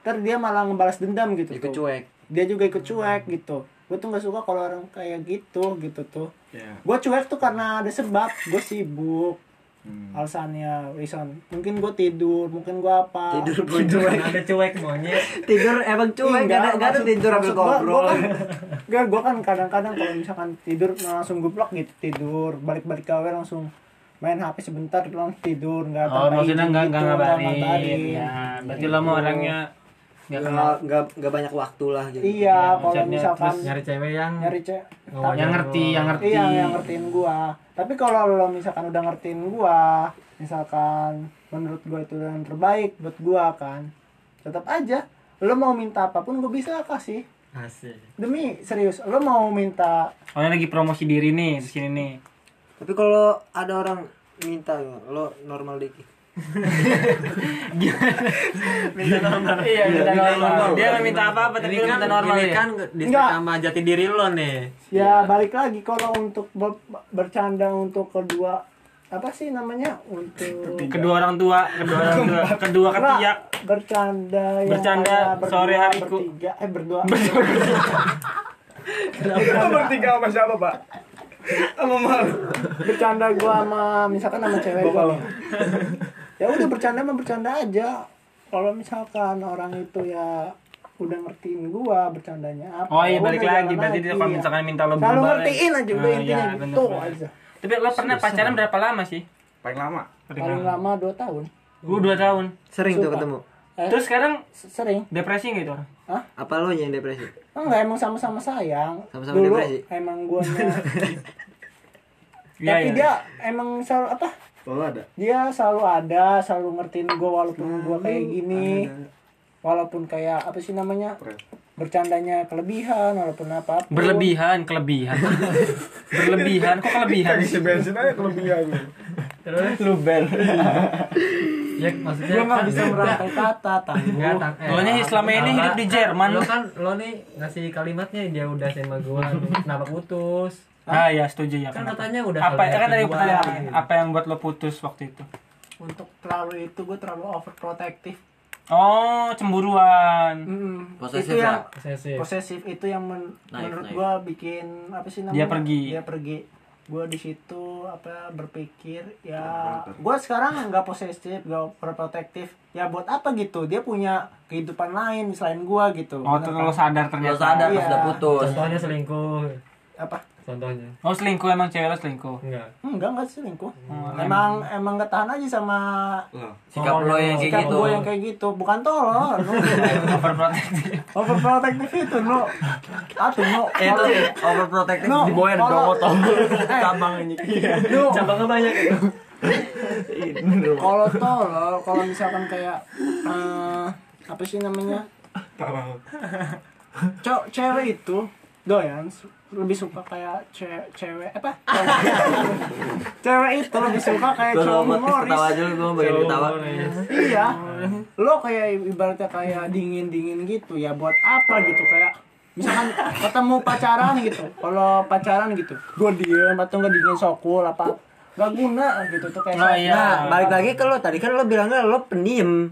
Speaker 1: ter dia malah ngebalas dendam gitu
Speaker 2: ikut
Speaker 1: tuh.
Speaker 2: cuek
Speaker 1: dia juga ikut cuek gitu gue tuh nggak suka kalau orang kayak gitu gitu tuh
Speaker 5: Iya.
Speaker 1: gue cuek tuh karena ada sebab gue sibuk
Speaker 5: Hmm.
Speaker 1: alasannya reason mungkin gue tidur mungkin gue apa
Speaker 3: Tidur gue cuek.
Speaker 7: Ada cuek monyet.
Speaker 3: Tidur emang cuek, gak ada, gak ada tidur ambil
Speaker 1: gue
Speaker 3: ngobrol.
Speaker 1: kan gak gue kan kadang-kadang kalau misalkan tidur langsung gublok gitu tidur balik-balik gawe langsung main hp sebentar langsung tidur nggak
Speaker 6: Oh,
Speaker 1: tanpa
Speaker 6: maksudnya
Speaker 1: izin
Speaker 6: nggak
Speaker 1: gitu,
Speaker 6: nggak ngabarin.
Speaker 1: ngabarin. Iya,
Speaker 6: Ya, berarti lo mau orangnya
Speaker 2: Iya,
Speaker 6: nggak kenal. Ya,
Speaker 3: Gak, gak, gak banyak waktu lah gitu.
Speaker 1: iya kalau
Speaker 6: maksudnya
Speaker 1: misalkan
Speaker 7: Nyari cewek yang
Speaker 1: nyari cewek
Speaker 7: ngomongin
Speaker 6: Oh, Yang ngerti,
Speaker 7: lo.
Speaker 6: yang ngerti.
Speaker 1: iya yang ngertiin gua tapi kalau lo misalkan udah ngertiin gua misalkan menurut gua itu yang terbaik buat gua kan tetap aja lo mau minta apapun gua bisa kasih
Speaker 7: Asik.
Speaker 1: demi serius lo mau minta
Speaker 6: Oh, ini lagi promosi diri nih di sini nih.
Speaker 3: Tapi kalau ada orang minta lo normal
Speaker 6: [LAUGHS]
Speaker 3: dikit.
Speaker 6: Iya, minta normal. Dia nggak minta apa-apa, tapi
Speaker 4: Ini
Speaker 6: dia
Speaker 4: kan,
Speaker 6: minta normal
Speaker 4: ini
Speaker 6: ya.
Speaker 4: kan di sama jati diri lo nih.
Speaker 6: Iya.
Speaker 1: ya balik lagi kalau untuk ber- bercanda untuk kedua apa sih namanya untuk
Speaker 6: kedua orang tua, kedua orang tua, kedua
Speaker 1: Enggak,
Speaker 6: ketiak.
Speaker 1: bercanda yang
Speaker 6: ya. Bercanda
Speaker 1: kayak berdua,
Speaker 6: [LAUGHS] sore hariku.
Speaker 1: bertiga eh berdua
Speaker 5: bertiga sama siapa pak sama malu
Speaker 1: bercanda gua sama misalkan sama cewek gua nih. ya udah bercanda mah bercanda aja kalau misalkan orang itu ya udah ngertiin gua bercandanya apa
Speaker 6: Oh
Speaker 1: ya
Speaker 6: iya balik
Speaker 1: udah,
Speaker 6: lagi
Speaker 1: jalan
Speaker 6: berarti
Speaker 1: lagi,
Speaker 6: dia kalau
Speaker 1: iya.
Speaker 6: misalkan minta lo
Speaker 1: selalu
Speaker 6: berubah.
Speaker 1: ngertiin aja udah
Speaker 6: Ah,
Speaker 1: intinya
Speaker 6: iya,
Speaker 1: gitu
Speaker 6: bener.
Speaker 1: aja
Speaker 6: Tapi lo pernah pacaran berapa lama sih?
Speaker 5: paling lama
Speaker 1: paling lama dua tahun
Speaker 6: Gue 2 tahun.
Speaker 3: Sering tuh ketemu.
Speaker 6: Terus sekarang
Speaker 1: S- sering
Speaker 6: depresi nggak itu orang?
Speaker 3: Apa lo yang depresi?
Speaker 1: enggak Oh, emang sama-sama sayang
Speaker 3: Sama-sama
Speaker 1: dulu
Speaker 3: depresi.
Speaker 1: emang gua
Speaker 6: Iya,
Speaker 1: tapi
Speaker 6: iya.
Speaker 1: dia emang selalu apa
Speaker 8: Kalau ada.
Speaker 1: dia selalu ada selalu ngertiin gue walaupun gue kayak gini walaupun kayak apa sih namanya bercandanya kelebihan walaupun apa
Speaker 6: Berlebihan,
Speaker 1: [LAUGHS]
Speaker 6: kelebihan. Berlebihan, kok kelebihan
Speaker 8: Kayak
Speaker 6: sih?
Speaker 8: isi bensin aja kelebihan.
Speaker 7: ya maksudnya
Speaker 1: dia nggak bisa merangkai kata tangguh
Speaker 6: Lo nya selama ini hidup di Jerman.
Speaker 7: lo kan lo nih ngasih kalimatnya dia udah sama gua kenapa putus
Speaker 6: Ah ya setuju ya.
Speaker 7: kan
Speaker 6: kenapa?
Speaker 7: katanya udah
Speaker 6: Apa
Speaker 7: kalimat
Speaker 6: kan dari
Speaker 7: kedua. Iya,
Speaker 6: pertanyaan apa yang buat lo putus waktu itu?
Speaker 1: untuk terlalu itu gue terlalu overprotective
Speaker 6: Oh, cemburuan.
Speaker 1: Mm,
Speaker 2: Posesif ya?
Speaker 1: itu yang
Speaker 7: Posesif.
Speaker 4: Iya.
Speaker 1: posesif itu yang men-
Speaker 2: Naif,
Speaker 1: menurut
Speaker 2: naif.
Speaker 1: gue bikin apa sih namanya
Speaker 6: Dia pergi.
Speaker 1: dia pergi gue di situ apa berpikir ya gue sekarang nggak posesif nggak overprotective ya buat apa gitu dia punya kehidupan lain selain gue gitu
Speaker 6: Oh,
Speaker 1: Bener
Speaker 6: terus
Speaker 1: kan?
Speaker 6: lo sadar
Speaker 2: Lo
Speaker 6: ternyata.
Speaker 2: sadar pas
Speaker 1: Iya.
Speaker 2: udah putus.
Speaker 7: contohnya selingkuh
Speaker 1: apa
Speaker 7: contohnya
Speaker 6: Oh, selingkuh emang cewek lo selingkuh.
Speaker 7: enggak
Speaker 1: enggak enggak selingkuh
Speaker 6: Hmm.
Speaker 1: emang emang nggak tahan aja sama
Speaker 2: Sikap lo yang kayak
Speaker 1: sikap
Speaker 2: gitu.
Speaker 1: gue yang kayak gitu bukan tolol lu
Speaker 6: [LAUGHS] Overprotective. Eh,
Speaker 1: overprotective itu lu aduh lu
Speaker 2: Itu
Speaker 1: kalau-
Speaker 2: Eh, overprotective
Speaker 1: Iya. No,
Speaker 2: di bawah ada
Speaker 1: kalau-
Speaker 2: doang tolong.
Speaker 1: Eh,
Speaker 2: Cabang ini.
Speaker 1: lu
Speaker 7: cabangnya banyak ya
Speaker 1: kalau tolol kalau misalkan kayak eh, apa sih namanya cowok cewek itu doyan su- lebih suka kayak cewek cewek apa cewek itu lebih suka kayak
Speaker 2: Lo
Speaker 1: Eh, cowok
Speaker 2: mau podcast ketawa
Speaker 1: humoris
Speaker 2: aja lu gue bagian ketawa.
Speaker 1: iya lo kayak ibaratnya kayak dingin dingin gitu ya buat apa gitu kayak misalkan ketemu pacaran gitu kalau pacaran gitu gue diem atau nggak dingin sokul apa nggak guna gitu tuh kayak
Speaker 6: Oh, iya.
Speaker 3: Nah, balik lagi ke lo tadi kan lo bilangnya lo pendiam.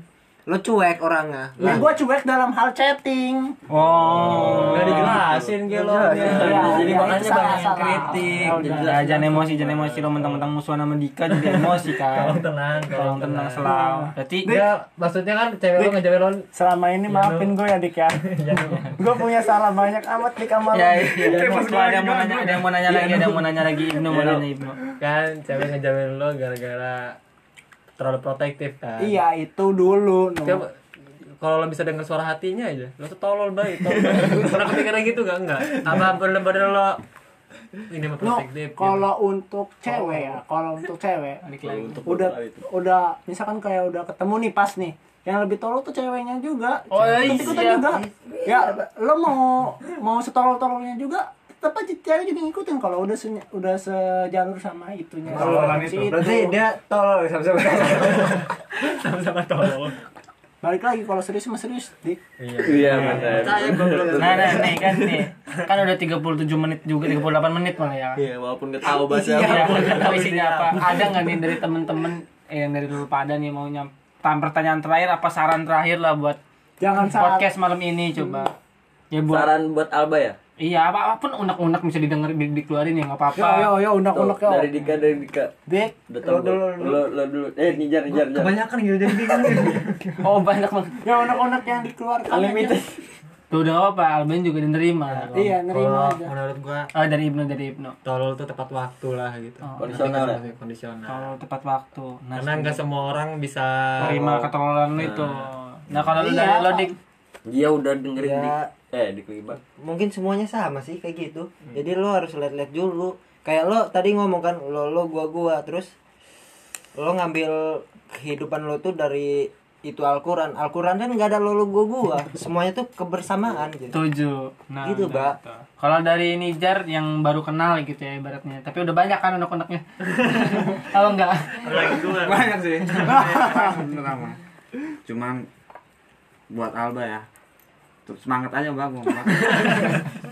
Speaker 3: Lo cuek orangnya.
Speaker 1: Nah,
Speaker 3: Nah,
Speaker 1: gue cuek dalam hal chatting.
Speaker 6: Oh.
Speaker 7: nggak dijelasin gelo
Speaker 2: Jadi
Speaker 1: Iya,
Speaker 2: makanya
Speaker 1: itu salah,
Speaker 2: banyak yang
Speaker 1: salah.
Speaker 2: kritik.
Speaker 1: Ya
Speaker 2: Jadi
Speaker 1: udah.
Speaker 6: Ya, jangan emosi, jangan emosi lo mentang-mentang musuhan sama Dika jadi
Speaker 2: [LAUGHS]
Speaker 6: emosi
Speaker 2: Iya,
Speaker 6: kan.
Speaker 7: Tolong tenang,
Speaker 6: Tolong tenang selau.
Speaker 3: Iya.
Speaker 6: Berarti iya,
Speaker 7: Enggak, maksudnya kan cewek lo ngejauhin lo
Speaker 1: Selama ini maafin gue ya Dik ya. gue punya salah banyak amat Dik sama lu.
Speaker 2: Iya,
Speaker 6: ya, ya, Kalau ada yang mau nanya, ada yang mau nanya lagi, ada yang mau nanya lagi Ibnu, mau nanya Ibnu.
Speaker 7: kan cewek ngejauhin lo gara-gara terlalu protektif kan
Speaker 1: Iya itu dulu. Nu.
Speaker 7: Coba kalau lo bisa denger suara hatinya aja, lo tuh tolol banget. Tolol banget. Pernah kepikiran gitu gak? Enggak. Apa bener-bener lo ini mah
Speaker 1: Nu,
Speaker 4: iya.
Speaker 7: protektif?
Speaker 1: kalau untuk cewek ya, kalau untuk cewek udah udah misalkan kayak udah ketemu nih pas nih yang lebih tolol tuh ceweknya juga oh,
Speaker 6: iya.
Speaker 1: juga ya lo mau mau setolol tololnya juga tetap aja cewek juga ngikutin kalau udah se, udah sejalur sama itunya
Speaker 8: Tololan
Speaker 1: Si
Speaker 8: itu.
Speaker 3: berarti dia tolol sama-sama.
Speaker 7: [LAUGHS] sama-sama tolol.
Speaker 1: balik lagi kalau serius mah serius dik
Speaker 5: iya benar
Speaker 7: Saya belum
Speaker 6: Nah, nah, nih kan nih. Kan udah 37 menit juga, 38 menit malah ya.
Speaker 2: Iya, walaupun ketawa bahasa.
Speaker 6: Iya, nggak tahu isinya apa. Ada nggak nih dari temen-temen eh, yang dari dulu pada nih mau nyam tam- pertanyaan terakhir apa saran terakhir lah buat
Speaker 1: jangan salah
Speaker 6: podcast malam ini coba. Ya buat
Speaker 2: Saran buat Alba ya?
Speaker 6: iya apa apapun unek-unek bisa didengar di- dikeluarin ya nggak
Speaker 1: yo
Speaker 6: apa-apa.
Speaker 1: yo yo undak
Speaker 2: Tuh,
Speaker 1: undak yo
Speaker 2: Dari Dika dari Dika.
Speaker 1: dik
Speaker 2: Udah tahu gua. Lo lo dulu. Eh, nijar nijar nijar.
Speaker 7: Kebanyakan gitu jadi bingung.
Speaker 6: Oh, banyak banget.
Speaker 1: Ya anak-anak yang dikeluarkan
Speaker 3: ya.
Speaker 1: Unlimited
Speaker 6: Tuh udah nggak apa, Alben juga diterima.
Speaker 1: Iya nerima
Speaker 7: Kalau
Speaker 1: aja
Speaker 7: menurut gua
Speaker 6: Oh, dari Ibnu dari Ibnu.
Speaker 7: tolol tuh tepat waktu lah gitu.
Speaker 2: Kondisional ya?
Speaker 7: Masih kondisional.
Speaker 6: Kalau Oh. tepat waktu. Nah,
Speaker 7: Karena nggak semua orang bisa [LAUGHS]
Speaker 6: terima ketololan lu itu. Nah, kalau lu dari
Speaker 1: Iya.
Speaker 6: lo dik
Speaker 2: Dia udah dengerin
Speaker 3: Ya.
Speaker 2: Dik. Eh, Dik Libat.
Speaker 3: Mungkin semuanya sama sih kayak gitu. Jadi lo harus lihat-lihat dulu. Kayak lo tadi ngomong kan lo lo gua gua terus lo ngambil kehidupan lo tuh dari itu Al-Quran Al-Quran kan nggak ada lo lo gua gua semuanya tuh kebersamaan gitu
Speaker 6: Tujuh. Nah,
Speaker 3: Gitu,
Speaker 6: udah,
Speaker 3: Mbak.
Speaker 6: gitu. Kalau dari Nijar yang baru kenal gitu ya ibaratnya. Tapi udah banyak kan
Speaker 3: [LAUGHS]
Speaker 6: anak-anaknya. Kalau enggak.
Speaker 5: banyak sih pertama cuman buat Alba ya terus semangat aja bang Gua semangat.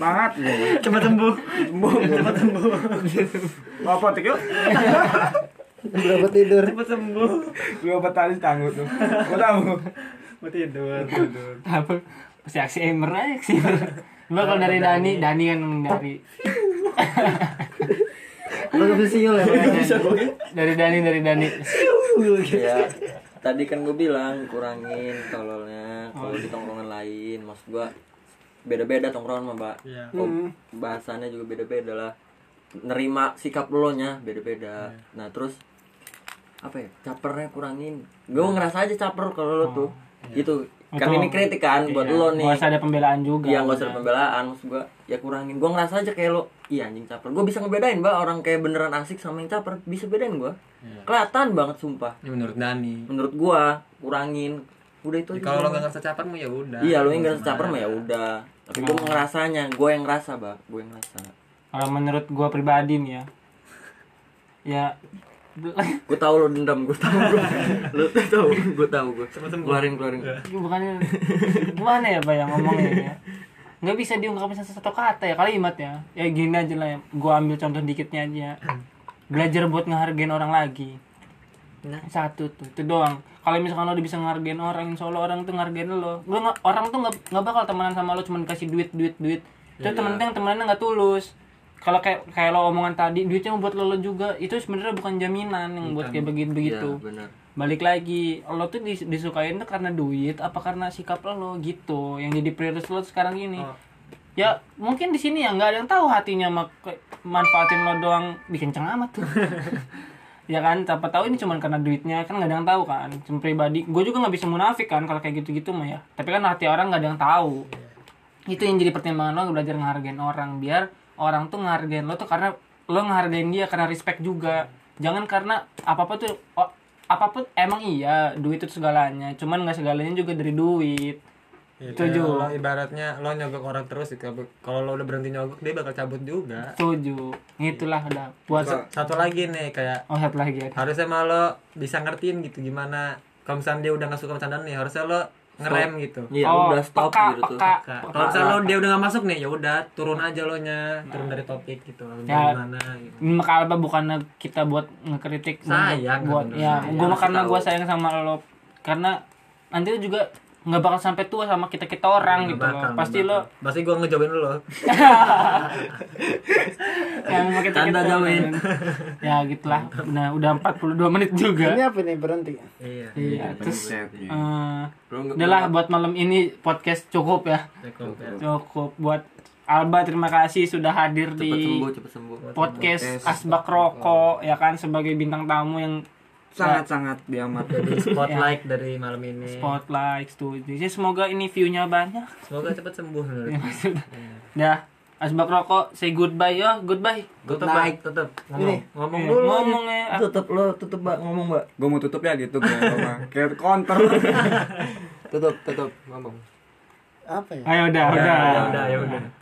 Speaker 5: semangat gua
Speaker 7: cepat sembuh.
Speaker 8: Mau apotek yuk.
Speaker 3: berapa tidur
Speaker 7: Cepat sembuh.
Speaker 5: dua betalis tangguh tuh gua tahu
Speaker 7: Mau tidur, tidur.
Speaker 6: Apa? Pasti aksi emer aja sih. Enggak kalau dari Dani, Dani kan dari
Speaker 3: Lo gak bisa siul ya makanya.
Speaker 6: dari Dani dari Dani.
Speaker 2: ya [LAUGHS] tadi kan gue bilang kurangin tololnya kalau
Speaker 6: Oh, iya.
Speaker 2: di tongkrongan lain maksud gua beda-beda tongkrongan mah mbak
Speaker 6: Iya.
Speaker 2: Oh, bahasannya juga beda-beda lah nerima sikap lo nya beda-beda
Speaker 6: Iya.
Speaker 2: nah terus apa ya capernya kurangin gue
Speaker 6: Iya.
Speaker 2: ngerasa aja caper kalau lo tuh gitu kan
Speaker 6: Itu-
Speaker 2: ini kritik kan buat
Speaker 6: Oh, Iya.
Speaker 2: lo nih
Speaker 6: Nggak usah ada pembelaan juga. ya.
Speaker 2: Iya gak usah ada pembelaan Maksud gue Ya kurangin Gue ngerasa aja kayak lo Iya anjing caper Gue bisa ngebedain mbak Orang kayak beneran asik sama yang caper Bisa bedain gue
Speaker 6: Iya.
Speaker 2: Kelihatan banget sumpah
Speaker 7: Ini menurut Dani.
Speaker 2: Menurut gue Kurangin Udah itu
Speaker 7: Jadi
Speaker 2: aja
Speaker 7: Kalau lo gak ngerasa caper mah ya udah.
Speaker 2: Iya lo yang gak ngerasa caper mah ya udah Tapi gue ngerasanya Gue yang ngerasa mbak Gue yang ngerasa
Speaker 6: Kalau menurut gua pribadi nih ya. Ya
Speaker 2: Gue tau lo dendam Gue tau gue Lo tau Gue tau gue Keluarin keluarin
Speaker 6: bukannya gimana ya Pak ya ngomongnya ya. Nggak bisa diungkapin satu, satu kata ya kalimat ya. Ya gini aja lah ya. Gua ambil contoh dikitnya aja. Belajar buat ngehargain orang lagi. satu tuh itu doang kalau misalkan lo udah bisa ngargain orang insya Allah orang tuh ngargain lo lo nggak- orang tuh nggak nggak bakal temenan sama lo cuman kasih duit duit duit itu temen temen temenannya nggak tulus kalau kayak kayak lo omongan tadi duitnya buat lo, lo juga itu sebenarnya bukan jaminan yang buat kayak begitu begitu
Speaker 2: benar.
Speaker 6: balik lagi lo tuh dis- disukain tuh karena duit apa karena sikap lo gitu yang jadi prioritas lo tuh sekarang ini ya mungkin di sini ya nggak ada yang tahu hatinya mak manfaatin lo doang bikin ceng amat tuh ya kan siapa tahu ini cuman karena duitnya kan nggak ada yang tahu kan cuma pribadi gue juga nggak bisa munafik kan kalau kayak gitu gitu mah ya tapi kan hati orang nggak ada yang tahu itu yang jadi pertimbangan lo belajar ngehargain orang biar orang tuh ngehargain lo tuh karena lo ngehargain dia karena respect juga jangan karena apa apa tuh oh, apapun emang iya duit itu segalanya cuman nggak segalanya juga dari duit
Speaker 7: Setuju.
Speaker 6: Setuju.
Speaker 7: Lo Gitu. ibaratnya lo nyogok orang terus, kalau lo udah berhenti nyogok dia bakal cabut juga.
Speaker 6: setuju itulah udah buat
Speaker 7: Satu lagi nih kayak
Speaker 6: oh satu lagi ya
Speaker 7: harusnya mah lo bisa ngertiin gitu gimana kalau misalnya dia udah gak suka bercandaan nih harusnya lo ngerem gitu
Speaker 2: Iya
Speaker 6: oh
Speaker 2: udah stop
Speaker 6: peka,
Speaker 2: gitu tuh
Speaker 6: peka,
Speaker 7: Nah,
Speaker 6: peka.
Speaker 7: kalau misalnya lo dia udah gak masuk nih ya udah turun aja lo nya turun dari topik gitu
Speaker 6: Ya.
Speaker 7: gimana gitu
Speaker 6: Ini mah Kalba bukannya kita buat ngekritik
Speaker 7: Sayang,
Speaker 6: buat
Speaker 7: bener.
Speaker 6: ya
Speaker 7: Sayang,
Speaker 6: gua mah karena gua sayang sama lo karena nanti lo juga nggak bakal sampai tua sama kita kita orang gitu
Speaker 7: Bakal,
Speaker 6: loh pasti lo
Speaker 7: bakal. pasti gue ngejobain lo
Speaker 6: yang sama kita kita [LAUGHS] ya gitulah nah udah 42 menit juga
Speaker 1: Ini apa nih berhenti?
Speaker 7: iya
Speaker 6: iya terus
Speaker 5: Konsepnya.
Speaker 6: eh,
Speaker 2: Lo nggak-
Speaker 6: udah lah buat malam ini podcast cukup ya cukup buat Alba terima kasih sudah hadir di
Speaker 2: Cepet sembuh cepet sembuh
Speaker 6: podcast Asbak Rokok ya kan sebagai bintang tamu yang
Speaker 5: sangat-sangat diamat
Speaker 7: jadi spotlight dari malam
Speaker 6: Iya.
Speaker 7: ini
Speaker 6: spotlight setuju Jadi semoga ini view-nya banyak
Speaker 7: semoga cepet sembuh menurut
Speaker 6: ya maksudnya dah asbak rokok say goodbye ya goodbye
Speaker 7: Good night tetep ngomong ngomong
Speaker 6: Eh,
Speaker 7: dulu
Speaker 6: ngomong ya ah.
Speaker 3: Tutup lo, tutup mbak, ngomong mbak
Speaker 5: gue mau tutup ya gitu gue kayak counter
Speaker 3: Tutup, tutup, ngomong
Speaker 1: Apa ya?
Speaker 6: Iya.
Speaker 2: Iya,
Speaker 6: ayo udah udah
Speaker 7: udah ya udah